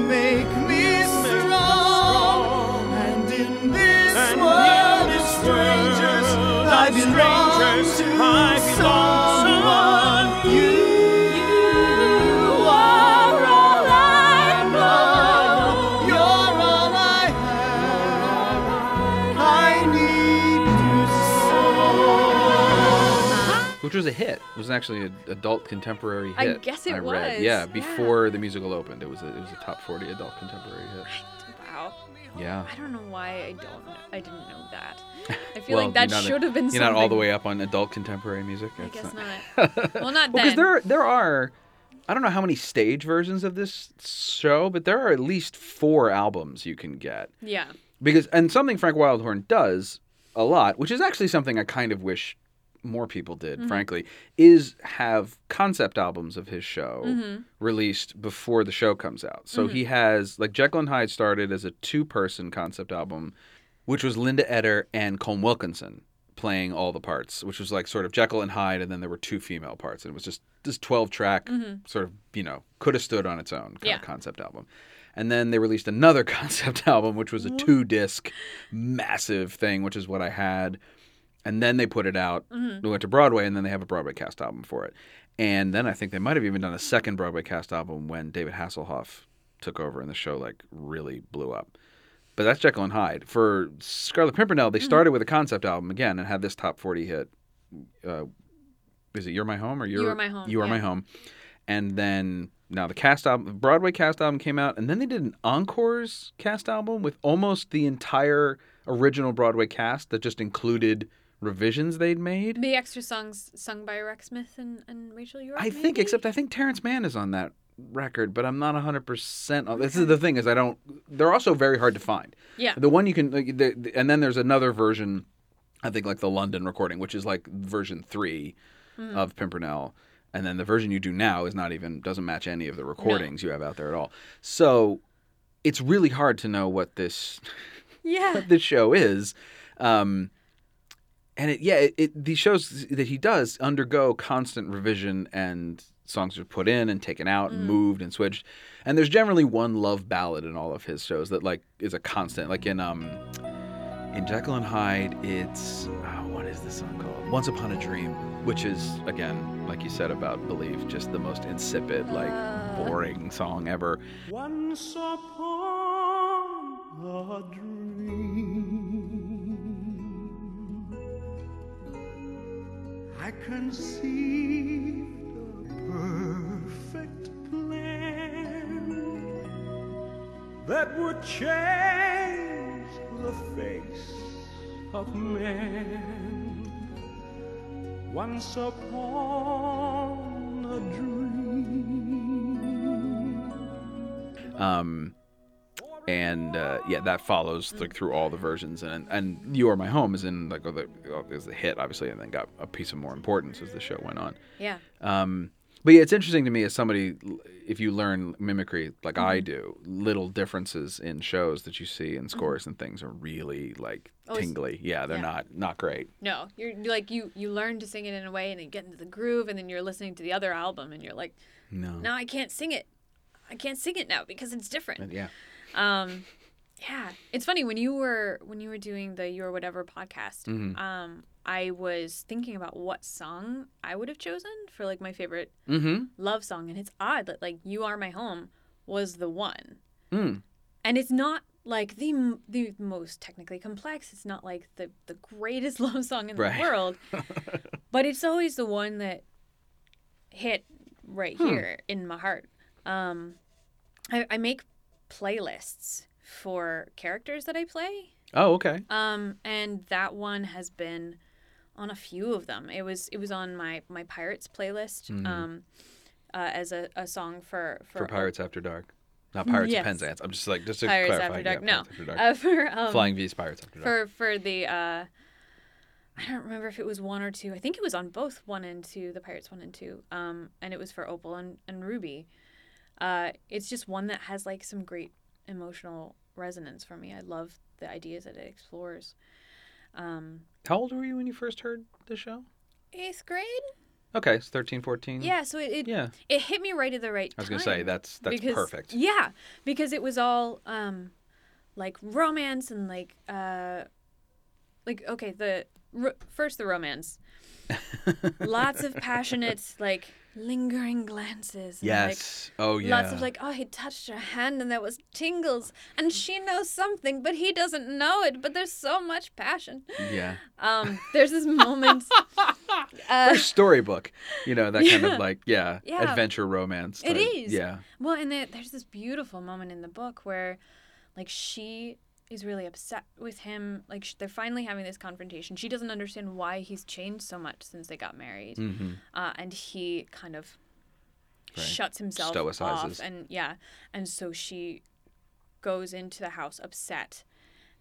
S1: which was a hit. It was actually an adult contemporary
S2: I
S1: hit.
S2: guess it
S1: I read.
S2: was,
S1: Yeah,
S2: yeah.
S1: before the musical opened, it was a, it was a top forty adult contemporary hit.
S2: Wow.
S1: Yeah.
S2: I don't know why I don't. I didn't know that. I feel
S1: well,
S2: like that
S1: you're not a-
S2: should have been.
S1: You're not all the
S2: something.
S1: way up on adult contemporary music.
S2: I
S1: That's
S2: guess
S1: not-
S2: not. well, not
S1: Well, because
S2: then.
S1: there there are, I don't know how many stage versions of this show, but there are at least four albums you can get.
S2: Yeah.
S1: Because and something Frank Wildhorn does a lot, which is actually something I kind of wish more people did, frankly, is have concept albums of his show released before the show comes out. So he has like Jekyll and Hyde started as a two-person concept album, which was Linda Eder and Colm Wilkinson playing all the parts, which was like sort of Jekyll and Hyde, and then there were two female parts, and it was just this twelve-track sort of you know could have stood on its own kind
S2: Yeah.
S1: of concept album. And then they released another concept album, which was a two disc massive thing, which is what I had. And then they put it out.
S2: Mm-hmm.
S1: It went to Broadway, and then they have a Broadway cast album for it. And then I think they might have even done a second Broadway cast album when David Hasselhoff took over and the show like really blew up. But that's Jekyll and Hyde. For Scarlet Pimpernel, they
S2: Mm-hmm.
S1: started with a concept album again and had this top 40 hit. Uh, is it You're My Home or You're,
S2: Are My Home,
S1: You Are My
S2: yeah.
S1: Home. And then now the cast album, Broadway cast album came out, and then they did an Encores cast album with almost the entire original Broadway cast that just included revisions they'd made.
S2: The extra songs sung by Rex Smith and, and Rachel York.
S1: I think,
S2: maybe?
S1: except I think Terrence Mann is on that record, but I'm not 100%. On, This is the thing is I don't. They're also very hard to find.
S2: Yeah.
S1: The one you can, like, the, the- and then there's another version. I think like the London recording, which is like version three
S2: Hmm.
S1: of Pimpernel, and then the version you do now is not even doesn't match any of the recordings you have out there at all. So it's really hard to know what this
S2: Yeah.
S1: what this show is. Um, and it, yeah, it, it, these shows that he does undergo constant revision, and songs are put in and taken out, and moved and switched. And there's generally one love ballad in all of his shows that like is a constant. Like in um, in Jekyll and Hyde, it's oh, what is this song called? Once Upon a Dream, which is again, like you said about Believe, just the most insipid, like boring song ever.
S3: Once upon a dream, I conceived a perfect plan that would change the face of man. Once upon a dream.
S1: um, and uh, yeah, that follows like through all the versions. And and you are my home is in like the is the hit obviously, and then got a piece of more importance as the show went on.
S2: Yeah.
S1: Um, but yeah, it's interesting to me as somebody, if you learn mimicry like I
S2: Mm-hmm.
S1: do, little differences in shows that you see and scores and things are really like
S2: Oh, it's-
S1: tingly. Yeah, they're
S2: yeah.
S1: not not great.
S2: No, you're you're like you you learn to sing it in a way, and then get into the groove, and then you're listening to the other album, and you're like,
S1: No.
S2: no, I can't sing it. I can't sing it now because it's different.
S1: Yeah.
S2: Um, yeah, it's funny when you were when you were doing the your whatever podcast.
S1: Mhm.
S2: Um, I was thinking about what song I would have chosen for like my favorite
S1: Mm-hmm.
S2: love song, and it's odd that like "You Are My Home" was the one,
S1: Mm.
S2: and it's not like the m- the most technically complex. It's not like the the greatest love song in
S1: Right.
S2: the world, but it's always the one that hit right
S1: Hmm.
S2: here in my heart. Um, I, I make playlists for characters that I play.
S1: Oh, okay.
S2: Um, and that one has been on a few of them. It was it was on my my pirates playlist. Um, uh, as a, a song for for,
S1: Mm-hmm. For Pirates After Dark, not Pirates
S2: Yes.
S1: of Penzance. I'm just like just to
S2: Pirates
S1: clarify.
S2: After
S1: yeah,
S2: Dark. no,
S1: Pirates After Dark.
S2: Uh, for um,
S1: Flying V's Pirates After Dark.
S2: for for the uh, I don't remember if it was one or two. I think it was on both one and two, the Pirates one and two. Um, and it was for Opal and, and Ruby. Uh, it's just one that has like some great emotional resonance for me. I love the ideas that it explores. Um,
S1: How old were you when you first heard the show?
S2: eighth grade.
S1: Okay, it's 13, 14.
S2: Yeah, so it, it
S1: Hmm. Yeah.
S2: it hit me right at the right time.
S1: I was going to say that's that's
S2: because-
S1: perfect.
S2: Yeah, because it was all um like romance and like uh like okay, the ro- first the romance. lots of passionate, like lingering glances. and, like,
S1: Yes. oh yeah.
S2: Lots of like, oh, he touched her hand and there was tingles, and she knows something, but he doesn't know it. But there's so much passion.
S1: yeah.
S2: Um, there's this moment. uh,
S1: Storybook, you know that kind of like yeah,
S2: Yeah.
S1: adventure romance.
S2: It
S1: type.
S2: is.
S1: Yeah.
S2: Well, and there, there's this beautiful moment in the book where, like, she is really upset with him. Like, sh- they're finally having this confrontation. She doesn't understand why he's changed so much since they got married,
S1: hmm
S2: uh, and he kind of
S1: Right.
S2: shuts himself
S1: Stoicizes.
S2: off. And yeah, and so she goes into the house upset,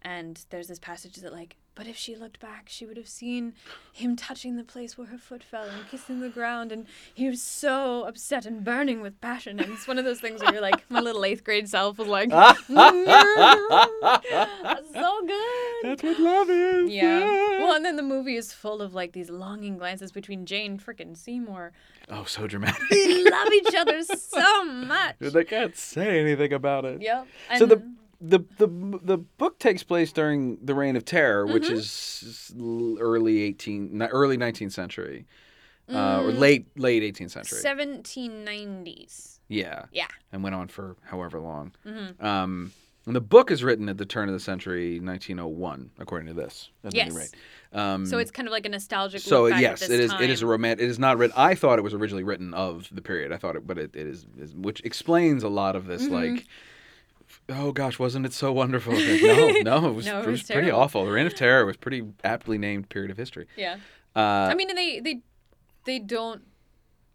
S2: and there's this passage that like. But if she looked back, she would have seen him touching the place where her foot fell and kissing the ground. And he was so upset and burning with passion. And it's one of those things where you're like, my little eighth grade self was like, that's so good.
S1: That's what love is.
S2: Yeah. Well, and then the movie is full of like these longing glances between Jane freaking Seymour.
S1: Oh, so dramatic.
S2: They love each other so much.
S1: they can't say anything about it.
S2: Yep.
S1: So the
S2: And-
S1: the the the book takes place during the Reign of Terror, which
S2: Mm-hmm.
S1: is l- early eighteen, ni- early nineteenth century, uh,
S2: Mm.
S1: or late late eighteenth century.
S2: 1790s.
S1: Yeah,
S2: Yeah.
S1: and went on for however long.
S2: Mm-hmm.
S1: Um, and the book is written at the turn of the century, nineteen oh one, according to this. At any
S2: Yes.
S1: rate. Um,
S2: So it's kind of like a nostalgic.
S1: so
S2: look back
S1: yes,
S2: at
S1: it
S2: this
S1: is. It is a
S2: time.
S1: romantic. It is not written. I thought it was originally written of the period. I thought it, but it, it is, is- which explains a lot of this.
S2: Mm-hmm.
S1: Like, oh gosh, wasn't it so wonderful? It's like, no, no, it was, it
S2: No, it
S1: was
S2: was
S1: pretty
S2: terrible.
S1: awful. The Reign of Terror was pretty aptly named period of history.
S2: Yeah.
S1: Uh,
S2: I mean, and they they they don't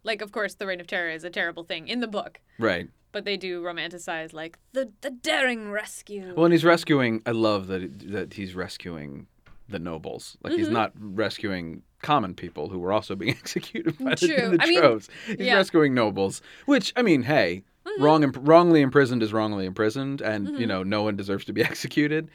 S2: like. Of course, the reign of terror is a terrible thing in the book,
S1: right.
S2: but they do romanticize like the the daring rescue.
S1: Well, and he's rescuing. I love that that he's rescuing the nobles. Like
S2: Mm-hmm.
S1: he's not rescuing common people who were also being executed by the,
S2: True.
S1: the
S2: I mean,
S1: troves. he's
S2: yeah. Mm-hmm.
S1: rescuing nobles, which I mean, hey, wrong, imp- wrongly imprisoned is wrongly imprisoned, and you know no one deserves to be executed.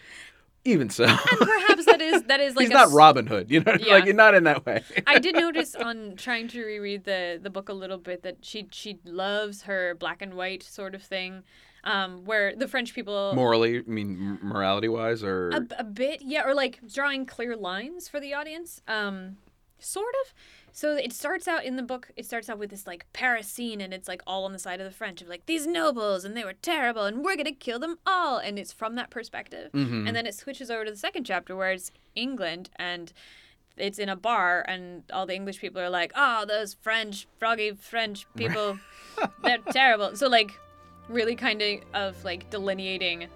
S1: Even so,
S2: Perhaps that is that is like
S1: he's
S2: a
S1: not
S2: s-
S1: Robin Hood. You know,
S2: Yeah.
S1: like not in that way.
S2: I did notice on trying to reread the the book a little bit that she she loves her black and white sort of thing, um, where the French people
S1: Morally, I mean, morality wise, or
S2: a, a bit yeah or like drawing clear lines for the audience um sort of so it starts out in the book it starts out with this like paris scene and it's like all on the side of the french of like these nobles and they were terrible and we're gonna kill them all and it's from that perspective and then it switches over to the second chapter where it's england and it's in a bar and all the english people are like oh those french froggy french people they're terrible so like really kind of of like delineating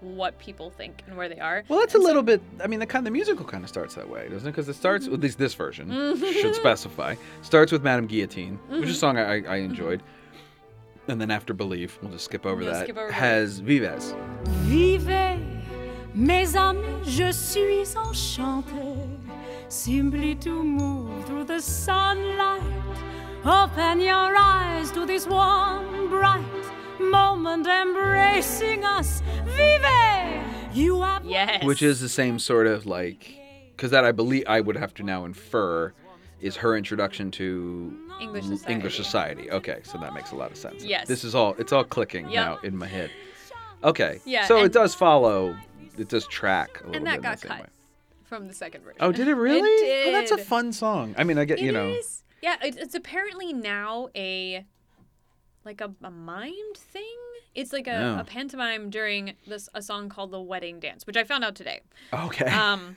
S2: what people think and where they are
S1: Well, that's a little bit. I mean, the kind the musical kind of starts that way, doesn't it? Because it
S2: Mm-hmm.
S1: starts at least this version should specify starts with Madame Guillotine, which is a song
S2: Mm-hmm.
S1: I, I, I enjoyed, and then after Believe, we'll just skip over
S2: We'll
S1: that.
S2: skip over
S1: has Vives.
S5: Vivez, mes amis, je suis enchantée. Simply to move through the sunlight. Open your eyes to this one bright moment embracing us. Vivez, you have
S2: Yes.
S1: which is the same sort of like because that I believe I would have to now infer is her introduction to
S2: English
S1: l-
S2: society.
S1: English society. Okay, so that makes a lot of sense.
S2: Yes.
S1: this is all it's all clicking
S2: Yep.
S1: now in my head. Okay,
S2: Yeah,
S1: so it
S2: and-
S1: does follow. It does track a little
S2: and
S1: bit. in
S2: that
S1: the
S2: got
S1: same
S2: cut
S1: way.
S2: from the second version.
S1: Oh, did it really? Oh, that's a
S2: did.
S1: fun song. I mean, I get you know.
S2: It is. Yeah, it, it's apparently now a like a, a mimed thing. It's like a,
S1: Oh.
S2: a pantomime during this a song called "The Wedding Dance," which I found out today.
S1: Oh, Okay.
S2: Um,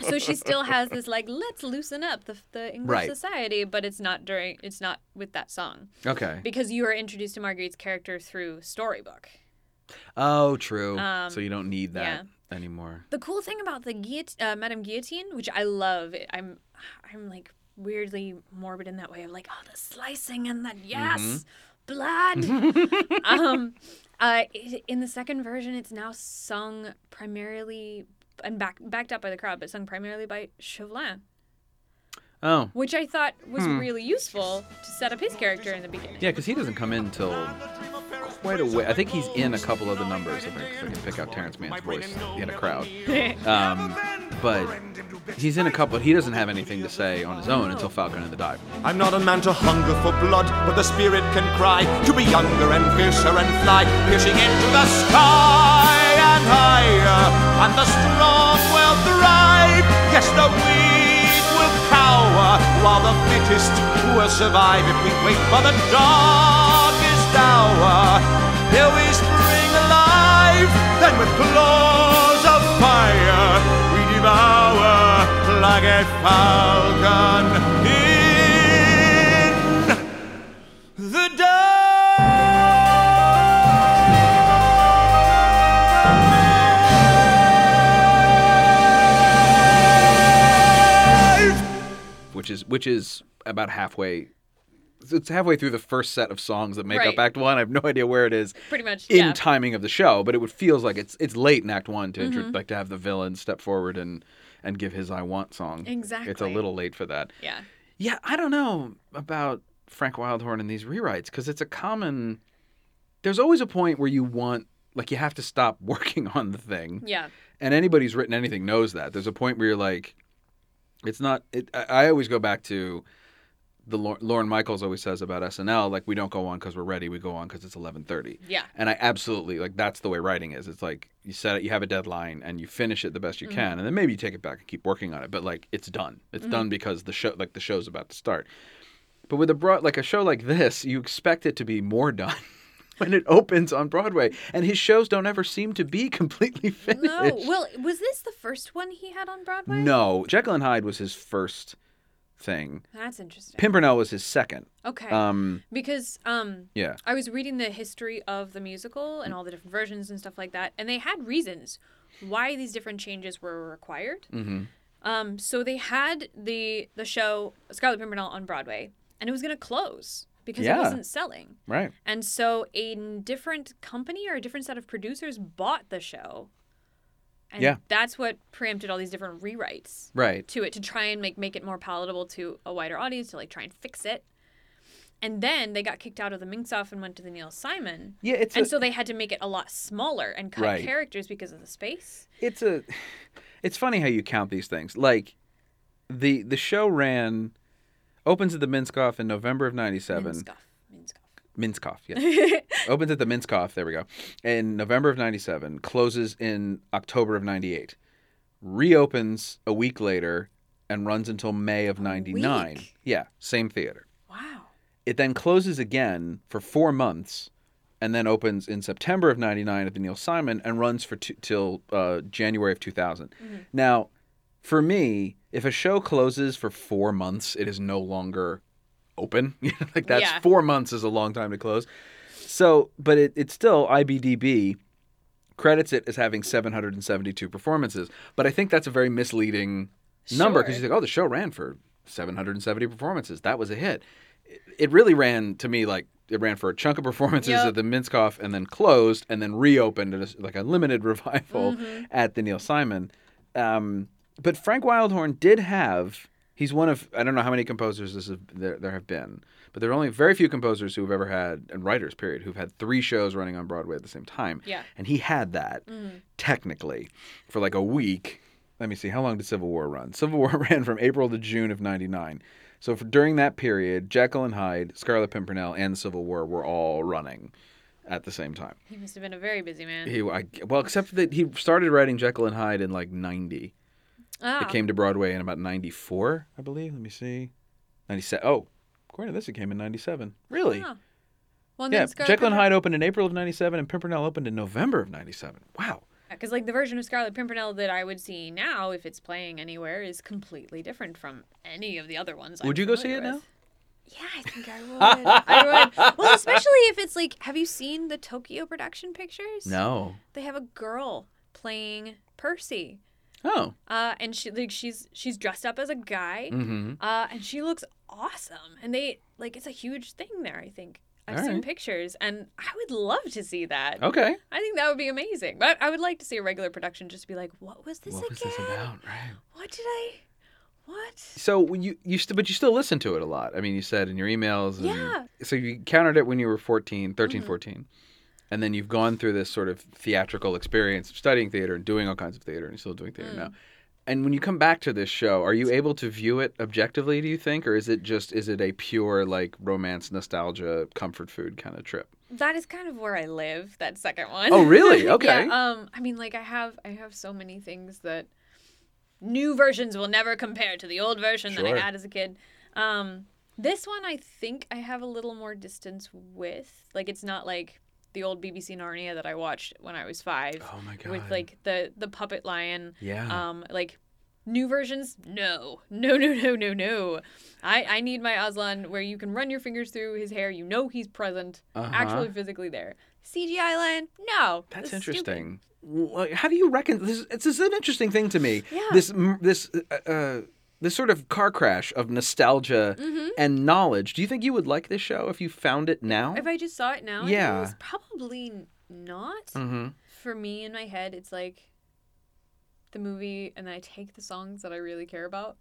S2: so she still has this like let's loosen up the the English
S1: Right.
S2: society, but it's not during it's not with that song
S1: okay.
S2: because you are introduced to Marguerite's character through storybook.
S1: Oh, true.
S2: um,
S1: so you don't need that anymore.
S2: The cool thing about the guillot- uh, Madame Guillotine, which I love, it- I'm I'm like weirdly morbid in that way. I'm like, oh, the slicing and that yes,
S1: Mm-hmm.
S2: blood. um, uh, it, in the second version, it's now sung primarily and back, backed up by the crowd, but sung primarily by Chauvelin,
S1: Oh,
S2: which I thought was really useful to set up his character in the beginning.
S1: Hmm. yeah, because he doesn't come in till quite a way. I think he's in a couple of the numbers. If I, if I can pick out Terrence Mann's voice in a crowd. Um, but he's in a couple. He doesn't have anything to say on his own until Falcon and the Diver.
S6: I'm not a man to hunger for blood, but the spirit can cry to be younger and fiercer and fly, piercing into the sky and higher, and the strong will thrive. Yes, the weak will cower hour, while the fittest will survive if we wait for the darkest hour. Till we spring alive, then with claws of fire we devour like a falcon in the dark.
S1: which is which is about halfway. It's halfway through the first set of songs that make up
S2: Right.
S1: Act One. I have no idea where it is
S2: Pretty much,
S1: in
S2: yeah.
S1: timing of the show, but it would feels like it's it's late in Act One to
S2: Mm-hmm.
S1: intro- like to have the villain step forward and and give his "I Want" song. it's a
S2: Exactly.
S1: little late for that.
S2: Yeah.
S1: Yeah, I don't know about Frank Wildhorn and these rewrites because it's a common. There's always a point where you want, like, you have to stop working on the thing.
S2: Yeah.
S1: And anybody who's written anything knows that. There's a point where you're like, it's not. It, I, I always go back to the Lor- Lauren Michaels always says about SNL, like, we don't go on because we're ready. We go on because it's 11:30.
S2: Yeah.
S1: And I absolutely like that's the way writing is. It's like you set it, you have a deadline, and you finish it the best
S2: Mm-hmm.
S1: you can, and then maybe you take it back and keep working on it. But like it's done. It's done because the show, like the show's about to start. But with a broad, like a show like this, you expect it to be more done when it opens on Broadway, and his shows don't ever seem to be completely finished.
S2: No. Well, was this the first one he had on Broadway?
S1: No, Jekyll and Hyde was his first thing.
S2: That's interesting.
S1: Pimpernel was his second.
S2: okay.
S1: Um,
S2: because um
S1: yeah.
S2: I was reading the history of the musical and all the different versions and stuff like that, and they had reasons why these different changes were required. Mm-hmm. Um, so they had the the show Scarlet Pimpernel on Broadway, and it was going to close because
S1: Yeah.
S2: it wasn't selling.
S1: Right.
S2: And so a n- different company or a different set of producers bought the show. And
S1: Yeah.
S2: that's what preempted all these different rewrites
S1: Right.
S2: to it to try and make, make it more palatable to a wider audience to like try and fix it. And then they got kicked out of the Minxoff and went to the Neil Simon.
S1: Yeah, it's
S2: and
S1: a-
S2: so they had to make it a lot smaller and cut
S1: Right.
S2: characters because of the space.
S1: it's a it's funny how you count these things like the the show ran opens at the minskoff in november of 97
S2: Minskoff. Minskoff.
S1: minskoff yes opens at the minskoff there we go in november of 97 closes in october of 98 reopens a week later and runs until may of 99
S2: week?
S1: yeah same theater
S2: Wow.
S1: it then closes again for four months and then opens in September of 99 at the Neil Simon and runs for two, till uh, January of 2000.
S2: Mm-hmm.
S1: Now, for me, if a show closes for four months, it is no longer open. like that's
S2: Yeah.
S1: four months is a long time to close. So, but it, it's still IBDB credits it as having 772 performances. But I think that's a very misleading number because
S2: Sure.
S1: you think, oh, the show ran for 770 performances. That was a hit. It, it really ran to me like it ran for a chunk of performances
S2: Yep.
S1: at the Minskoff and then closed and then reopened at a, like a limited revival
S2: Mm-hmm.
S1: at the Neil Simon. Um, but Frank Wildhorn did have. He's one of I don't know how many composers this is, there there have been, but there are only very few composers who have ever had and writers period who've had three shows running on Broadway at the same time.
S2: Yeah.
S1: and he had that
S2: Mm.
S1: technically for like a week. Let me see how long did Civil War run? Civil War ran from April to June of '99. So for, during that period, Jekyll and Hyde, Scarlet Pimpernel, and Civil War were all running at the same time.
S2: He must have been a very busy man.
S1: He, I, well, except that he started writing Jekyll and Hyde in like '90.
S2: ah.
S1: It came to Broadway in about 94, I believe. Let me see. 97. Oh, according to this, it came in 97. Really?
S2: Ah. Well, and
S1: Yeah.
S2: then Scarlet
S1: Jekyll and
S2: Pimpernel-
S1: Hyde opened in April of 97 and Pimpernel opened in November of 97. Wow.
S2: Because like the version of Scarlet Pimpernel that I would see now, if it's playing anywhere, is completely different from any of the other ones. I'm
S1: Would you go
S2: familiar
S1: see it
S2: with. Yeah, I think I would. I would. Well, especially if it's like, have you seen the Tokyo production pictures?
S1: No.
S2: They have a girl playing Percy,
S1: Oh.
S2: uh, and she like she's she's dressed up as a guy,
S1: Mm-hmm.
S2: uh, and she looks awesome. And they like it's a huge thing there. I think I've
S1: All
S2: seen
S1: right.
S2: pictures, and I would love to see that.
S1: Okay.
S2: I think that would be amazing. But I would like to see a regular production just be like, what was this
S1: What
S2: again?
S1: was this about? Right.
S2: What did I? What?
S1: So when you you st- but you still listen to it a lot. I mean, you said in your emails. And,
S2: Yeah.
S1: So you countered it when you were 14, 13, 14. And then you've gone through this sort of theatrical experience of studying theater and doing all kinds of theater and you're still doing theater now. And when you come back to this show, are you able to view it objectively, do you think, or is it just is it a pure like romance, nostalgia, comfort food kind of trip?
S2: That is kind of where I live. That second one.
S1: Oh, really?
S2: Yeah,
S1: Okay.
S2: um, I mean, like I have, I have so many things that new versions will never compare to the old version that
S1: Sure.
S2: I had as a kid. Um, this one, I think I have a little more distance with. Like, it's not like the old BBC Narnia that I watched when I was five.
S1: Oh my God.
S2: With like the the puppet lion.
S1: Yeah.
S2: Um, like new versions? No, no, no, no, no, no. I I need my Aslan where you can run your fingers through his hair. You know he's present,
S1: Uh-huh.
S2: actually physically there. CGI lion? No.
S1: That's
S2: stupid.
S1: interesting. Wh- How do you reckon this? It's, this is an interesting thing to me.
S2: Yeah.
S1: This m- this uh, uh, this sort of car crash of nostalgia
S2: Mm-hmm.
S1: and knowledge. Do you think you would like this show if you found it now?
S2: If I just saw it now,
S1: Yeah.
S2: yeah, it's probably n- not.
S1: mm-hmm.
S2: For me, in my head, it's like the movie, and then I take the songs that I really care about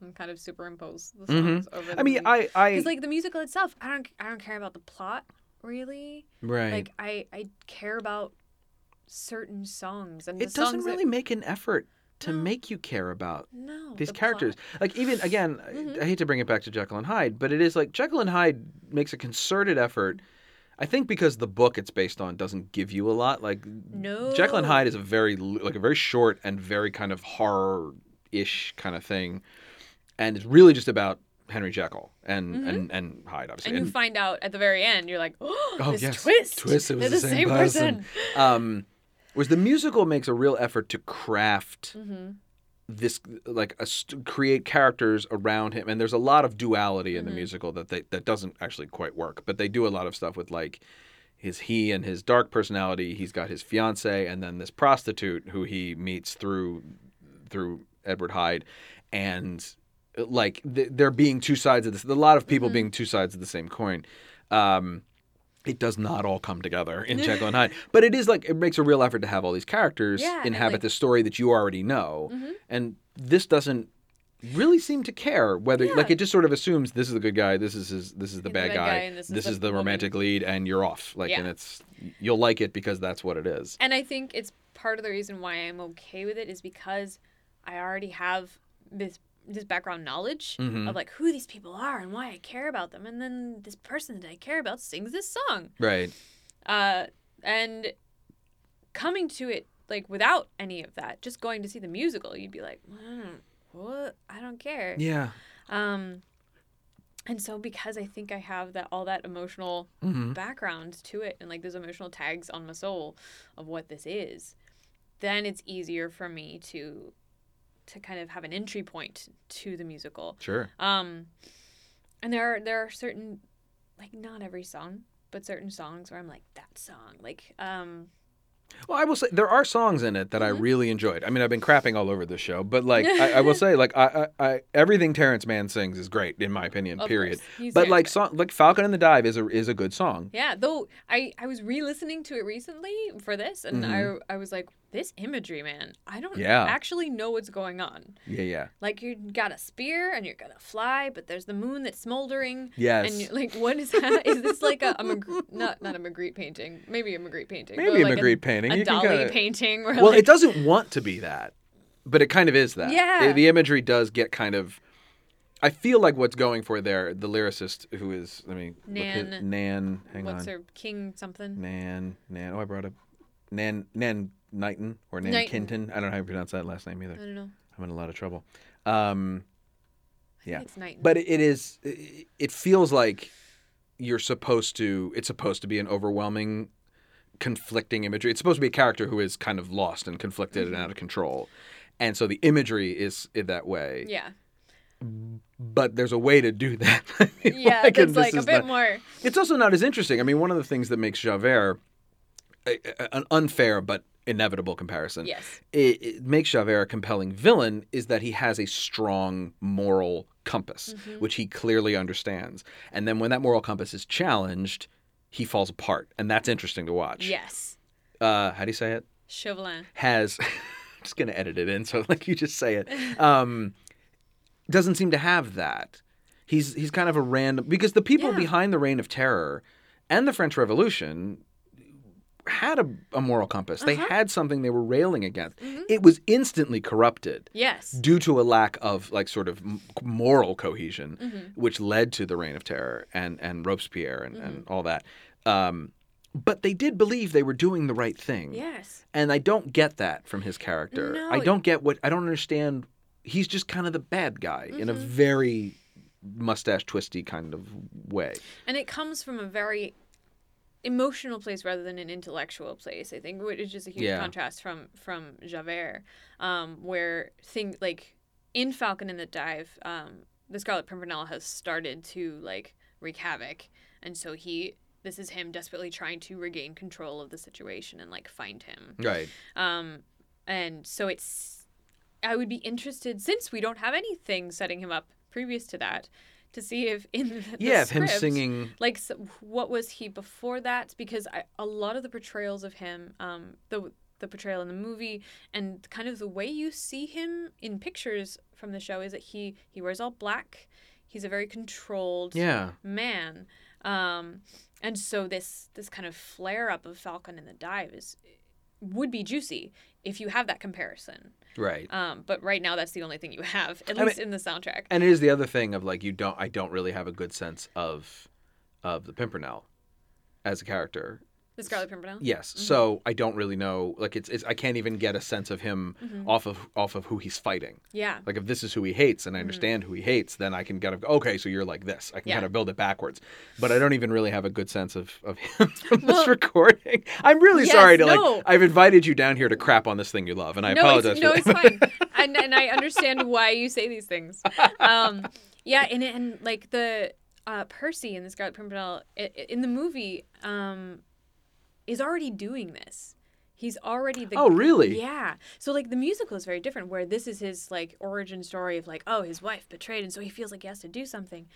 S2: and kind of superimpose the
S1: Mhm.
S2: songs over. The
S1: I mean, I I
S2: because like the musical itself, I don't, I don't care about the plot really.
S1: right.
S2: Like I, I care about certain songs, and the
S1: it doesn't
S2: songs that-
S1: really make an effort to make you care about
S2: no
S1: these
S2: the plot. Mm-hmm.
S1: characters. Like even again, I- I hate to bring it back to Jekyll and Hyde, but it is like Jekyll and Hyde makes a concerted effort. I think because the book it's based on doesn't give you a lot. Like
S2: No.
S1: Jekyll and Hyde is a very l- like a very short and very kind of horror ish kind of thing, and it's really just about Henry Jekyll and and and Hyde obviously.
S2: Mm-hmm. And you
S1: And-
S2: find out at the very end, you're like, oh,
S1: Oh
S2: this
S1: yes,
S2: twist,
S1: Twist. It was
S2: They're
S1: the, same, person. Um, was the musical makes a real effort to craft this, like, a st- create characters around him, and there's a lot of duality in the musical that they, that doesn't actually quite work, but they do a lot of stuff with like. His he and his dark personality. He's got his fiance and then this prostitute who he meets through through Edward Hyde, and like th- there being two sides of this. A lot of
S2: Mm-hmm.
S1: people being two sides of the same coin. Um, it does not all come together in Jekyll and Hyde, but it is like it makes a real effort to have all these characters
S2: Yeah, and,
S1: inhabit
S2: like- Mm-hmm.
S1: the story that you already know, and this doesn't really seem to care whether like it just sort of assumes this is the good guy, this is his, this is the bad,
S2: bad
S1: guy,
S2: guy, and
S1: this, is, the
S2: woman.
S1: romantic lead, and you're off. Like,
S2: Yeah.
S1: and it's you'll like it because that's what it is.
S2: And I think it's part of the reason why I'm okay with it is because I already have this this background knowledge
S1: Mm-hmm.
S2: of like who these people are and why I care about them, and then this person that I care about sings this song,
S1: Right.
S2: uh, and coming to it like without any of that, just going to see the musical, you'd be like, "Mm, what? I don't care.
S1: Yeah.
S2: Um, and so because I think I have that all that emotional background to it, and like those emotional tags on my soul of what this is, then it's easier for me to to kind of have an entry point to the musical.
S1: Sure.
S2: Um, and there are there are certain like not every song, but certain songs where I'm like that song like um
S1: Well, I will say there are songs in it that
S2: Mm-hmm.
S1: I really enjoyed. I mean, I've been crapping all over this show, but like I, I will say, like I, I, I, everything Terrence Mann sings is great in my opinion.
S2: Of
S1: period.
S2: course. He's
S1: But
S2: Terrence
S1: like
S2: Mann.
S1: song, like Falcon and the Dive is a is a good song.
S2: Yeah, though I, I was re-listening to it recently for this, and I I was like, this imagery, man, I don't
S1: Mm-hmm. Yeah.
S2: actually know what's going on.
S1: Yeah, yeah.
S2: Like you got a spear and you're gonna fly, but there's the moon that's smoldering.
S1: Yes.
S2: And you're like, what is that? is this like a, a Magritte, not not a Magritte painting? Maybe a Magritte painting.
S1: Maybe a
S2: but like
S1: Magritte painting.
S2: A
S1: You can
S2: Dali
S1: kinda-
S2: painting. Where
S1: Well,
S2: like,
S1: it doesn't want to be that, but it kind of is that.
S2: Yeah.
S1: The- the imagery does get kind of. I feel like what's going for there, the lyricist who is, let me look at-
S2: Nan.
S1: Nan, hang
S2: What's
S1: on,
S2: her king something?
S1: Nan, Nan. Oh, I brought up Nan, Nan Knighton or Nan
S2: Knighton.
S1: Kinton. I don't know how you pronounce that last name either.
S2: I don't know.
S1: I'm in a lot of trouble. Um, yeah,
S2: It's night.
S1: but it is. It feels like you're supposed to. It's supposed to be an overwhelming, conflicting imagery. It's supposed to be a character who is kind of lost and conflicted
S2: Mm-hmm.
S1: and out of control, and so the imagery is in that way.
S2: yeah.
S1: But there's a way to do that. I mean,
S2: Yeah,
S1: like, and
S2: it's
S1: this
S2: like a
S1: Oh is
S2: bit
S1: not-
S2: more.
S1: It's also not as interesting. I mean, one of the things that makes Javert a- a- an unfair but inevitable comparison
S2: Yes.
S1: it, it makes Javert a compelling villain is that he has a strong moral compass, which he clearly understands. And then when that moral compass is challenged, he falls apart, and that's interesting to watch.
S2: Yes.
S1: Uh, how do you say it?
S2: Chauvelin.
S1: Has I'm just gonna edit it in, so like you just say it. Um, doesn't seem to have that. He's he's kind of a random because the people
S2: Yeah.
S1: behind the Reign of Terror and the French Revolution had a, a moral compass. They had something they were railing against. It was instantly corrupted
S2: Yes.
S1: due to a lack of like sort of m- moral cohesion, which led to the Reign of Terror and and Robespierre and, and all that. Um, but they did believe they were doing the right thing.
S2: Yes.
S1: And I don't get that from his character.
S2: No,
S1: I
S2: it-
S1: don't get what I don't understand. He's just kind of the bad guy in a
S2: Mm-hmm.
S1: very mustache twisty kind of way.
S2: And it comes from a very emotional place rather than an intellectual place, I think, which is a huge
S1: Yeah.
S2: contrast from from Javert, um, where things like in Falcon and the Dive, um, the Scarlet Pimpernel has started to like wreak havoc, and so he. This is him desperately trying to regain control of the situation and like find him.
S1: Right.
S2: Um, and so it's, I would be interested since we don't have anything setting him up previous to that, to see if in the, the
S1: yeah, of him
S2: script-
S1: singing.
S2: like so, what was he before that? Because I, a lot of the portrayals of him, um, the the portrayal in the movie and kind of the way you see him in pictures from the show is that he he wears all black. He's a very controlled
S1: Yeah.
S2: man. Um, and so this this kind of flare up of Falcon and the Dive is would be juicy if you have that comparison.
S1: Right.
S2: Um, but right now that's the only thing you have, at
S1: I
S2: least
S1: mean-
S2: in the soundtrack.
S1: and it is the other thing of like you don't I don't really have a good sense of of the Pimpernel as a character.
S2: The Scarlet Pimpernel.
S1: Yes. So I don't really know like it's, it's I can't even get a sense of him
S2: Mm-hmm.
S1: off of off of who he's fighting.
S2: Yeah.
S1: Like if this is who he hates and I understand who he hates, then I can kind of go, okay, so you're like this. I can
S2: Mm-hmm. Yeah.
S1: kind of build it backwards. But I don't even really have a good sense of, of him from this recording. I'm really
S2: Yes,
S1: sorry to
S2: no.
S1: like I've invited you down here to crap on this thing you love and I apologize
S2: It's, no,
S1: for
S2: it's
S1: that.
S2: fine, and and I understand why you say these things. Um, yeah, and and like the uh, Percy in the Scarlet Pimpernel i- i- in the movie um, is already doing this. He's already the
S1: Oh, really?
S2: yeah. So like the musical is very different, where this is his like origin story of like oh his wife betrayed, and so he feels like he has to do something.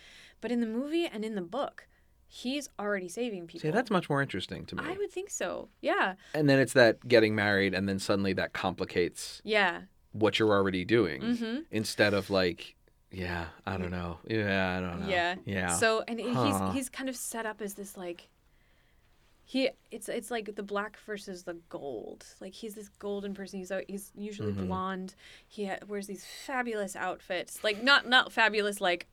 S2: But in the movie and in the book, he's already saving people.
S1: See, that's much more interesting to me.
S2: I would think so. Yeah.
S1: And then it's that getting married and then suddenly that complicates
S2: Yeah.
S1: what you're already doing
S2: Mm-hmm.
S1: instead of like yeah, I don't know. Yeah, I don't know.
S2: Yeah.
S1: Yeah.
S2: So and
S1: Huh.
S2: he's he's kind of set up as this like he it's it's like the black versus the gold. Like he's this golden person. He's al- he's usually
S1: Mm-hmm.
S2: blonde. He ha- wears these fabulous outfits. Like not not fabulous like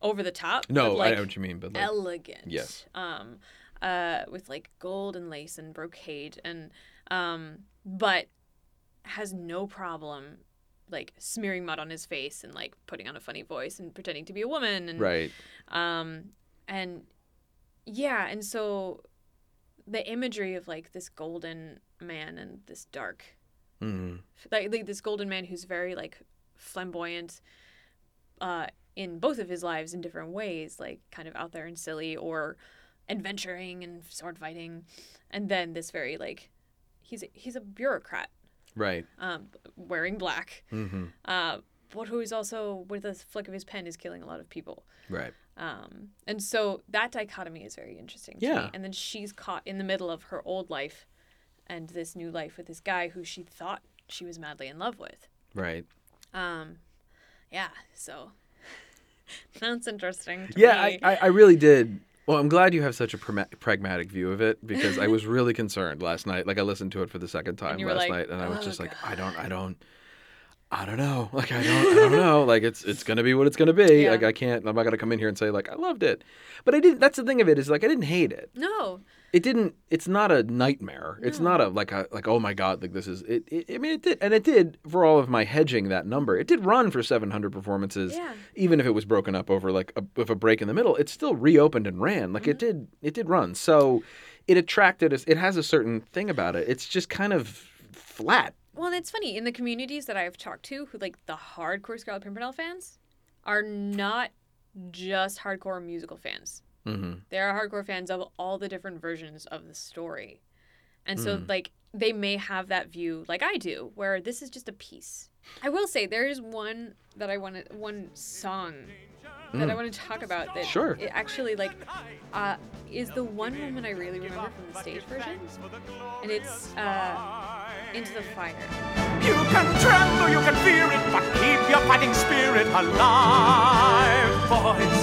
S2: over the top.
S1: no,
S2: but, like,
S1: I know what you mean, but like,
S2: elegant.
S1: Yes.
S2: Um, uh, with like gold and lace and brocade and um, but has no problem like smearing mud on his face and like putting on a funny voice and pretending to be a woman and
S1: right.
S2: um and yeah and so the imagery of like this golden man and this dark
S1: Mhm.
S2: like, like this golden man who's very like flamboyant uh in both of his lives in different ways like kind of out there and silly or adventuring and sword fighting and then this very like he's a, he's a bureaucrat
S1: Right.
S2: um wearing black
S1: Mhm.
S2: uh but who is also with a flick of his pen is killing a lot of people
S1: Right.
S2: um, and so that dichotomy is very interesting to
S1: Yeah.
S2: me. And then she's caught in the middle of her old life and this new life with this guy who she thought she was madly in love with.
S1: Right.
S2: Um, yeah, so that's interesting. to
S1: Yeah, I,
S2: me.
S1: I, I really did. Well, I'm glad you have such a pragma- pragmatic view of it because I was really concerned last night. Like I listened to it for the second time
S2: you were
S1: last night,
S2: like,
S1: and I was
S2: "Oh,
S1: just like, I don't, I don't, I don't know. Like I don't, I don't know. Like it's it's gonna be what it's gonna be.
S2: Yeah.
S1: Like I can't. I'm not gonna come in here and say like I loved it, but I didn't. That's the thing of it is like I didn't hate it.
S2: no,
S1: It didn't. It's not a nightmare. It's not a like a like oh my god like this is it, it. I mean it did and it did for all of my hedging that number. It did run for 700 performances
S2: yeah,
S1: even if it was broken up over like a, with a break in the middle, it still reopened and ran. Like it
S2: Mm-hmm.
S1: did, it did run. So it attracted us. It has a certain thing about it. It's just kind of flat.
S2: Well, and it's funny in the communities that I've talked to, who like the hardcore Scarlet Pimpernel fans, are not just hardcore musical fans.
S1: Mm-hmm.
S2: They are hardcore fans of all the different versions of the story, and so
S1: Mm.
S2: like they may have that view, like I do, where this is just a piece. I will say there is one that I want to one song that I want to talk about that
S1: Mm. Sure.
S2: it actually like uh, is the one moment I really remember from the stage version, and it's uh, "Into the Fire."
S3: You can tremble, you can fear it, but keep your fighting spirit alive, boys.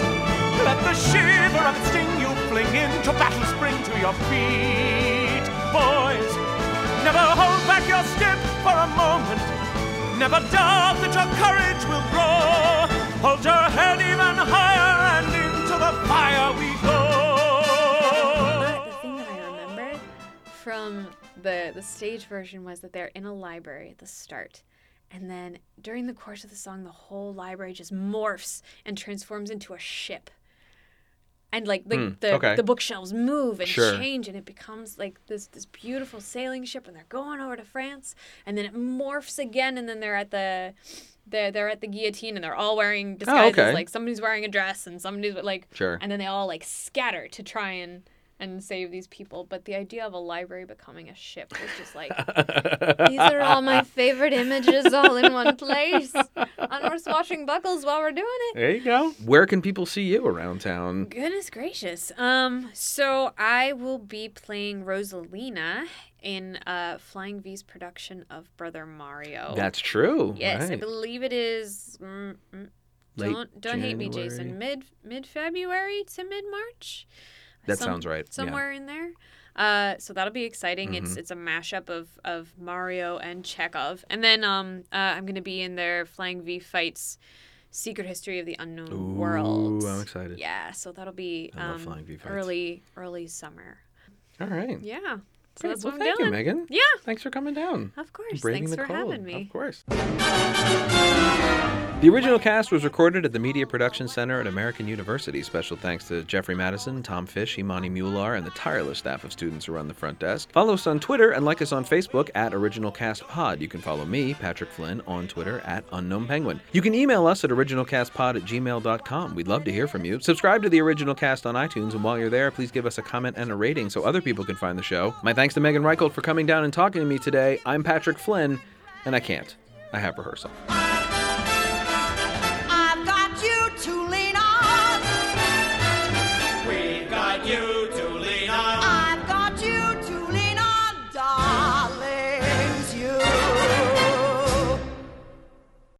S3: Let the shiver and sting you fling into battle, spring to your feet, boys. Never hold back your step for a moment. Never doubt that your courage will grow. Hold your head even higher, and into the fire we go.
S2: But the thing that I remember from the the stage version was that they're in a library at the start. And then during the course of the song, the whole library just morphs and transforms into a ship. And like, like the,
S1: Hmm, okay.
S2: the bookshelves move and
S1: Sure.
S2: change, and it becomes like this this beautiful sailing ship. And they're going over to France, and then it morphs again, and then they're at the they're, they're at the guillotine, and they're all wearing disguises.
S1: Oh, okay.
S2: Like somebody's wearing a dress, and somebody's like
S1: Sure.
S2: and then they all like scatter to try and and save these people. But the idea of a library becoming a ship was just like these are all my favorite images all in one place. And we're swatching buckles while we're doing it.
S1: There you go. Where can people see you around town?
S2: Goodness gracious. Um, so I will be playing Rosalina in uh, Flying V's production of Brother Mario.
S1: That's true.
S2: yes, I
S1: right.
S2: believe it is. Mm, mm,
S1: Late
S2: don't don't hate me,
S1: January.
S2: Jason. Mid mid February to mid March.
S1: That sounds right, yeah. Mm-hmm.
S2: Somewhere in there. Uh, so that'll be exciting. It's it's a mashup of, of Mario and Chekhov, and then um, uh, I'm gonna be in their Flying V fights, Secret History of the Unknown World.
S1: Ooh, I'm excited.
S2: Yeah, so that'll be
S1: I love
S2: um,
S1: Flying V fights.
S2: early early summer.
S1: All right.
S2: Yeah, so
S1: Great.
S2: that's
S1: well,
S2: what I'm
S1: thank
S2: doing.
S1: you, Megan.
S2: Yeah,
S1: Thanks for coming down.
S2: of course.
S1: braving
S2: Thanks
S1: the
S2: for
S1: cold.
S2: having me.
S1: Of course. The original cast was recorded at the Media Production Center at American University. Special thanks to Jeffrey Madison, Tom Fish, Imani Mular, and the tireless staff of students who run the front desk. Follow us on Twitter and like us on Facebook at Original Cast Pod. You can follow me, Patrick Flynn, on Twitter at Unknown Penguin. You can email us at originalcastpod at gmail.com. We'd love to hear from you. Subscribe to the Original Cast on iTunes, and while you're there, please give us a comment and a rating so other people can find the show. My thanks to Megan Reichelt for coming down and talking to me today. I'm Patrick Flynn, and I can't. I have rehearsal.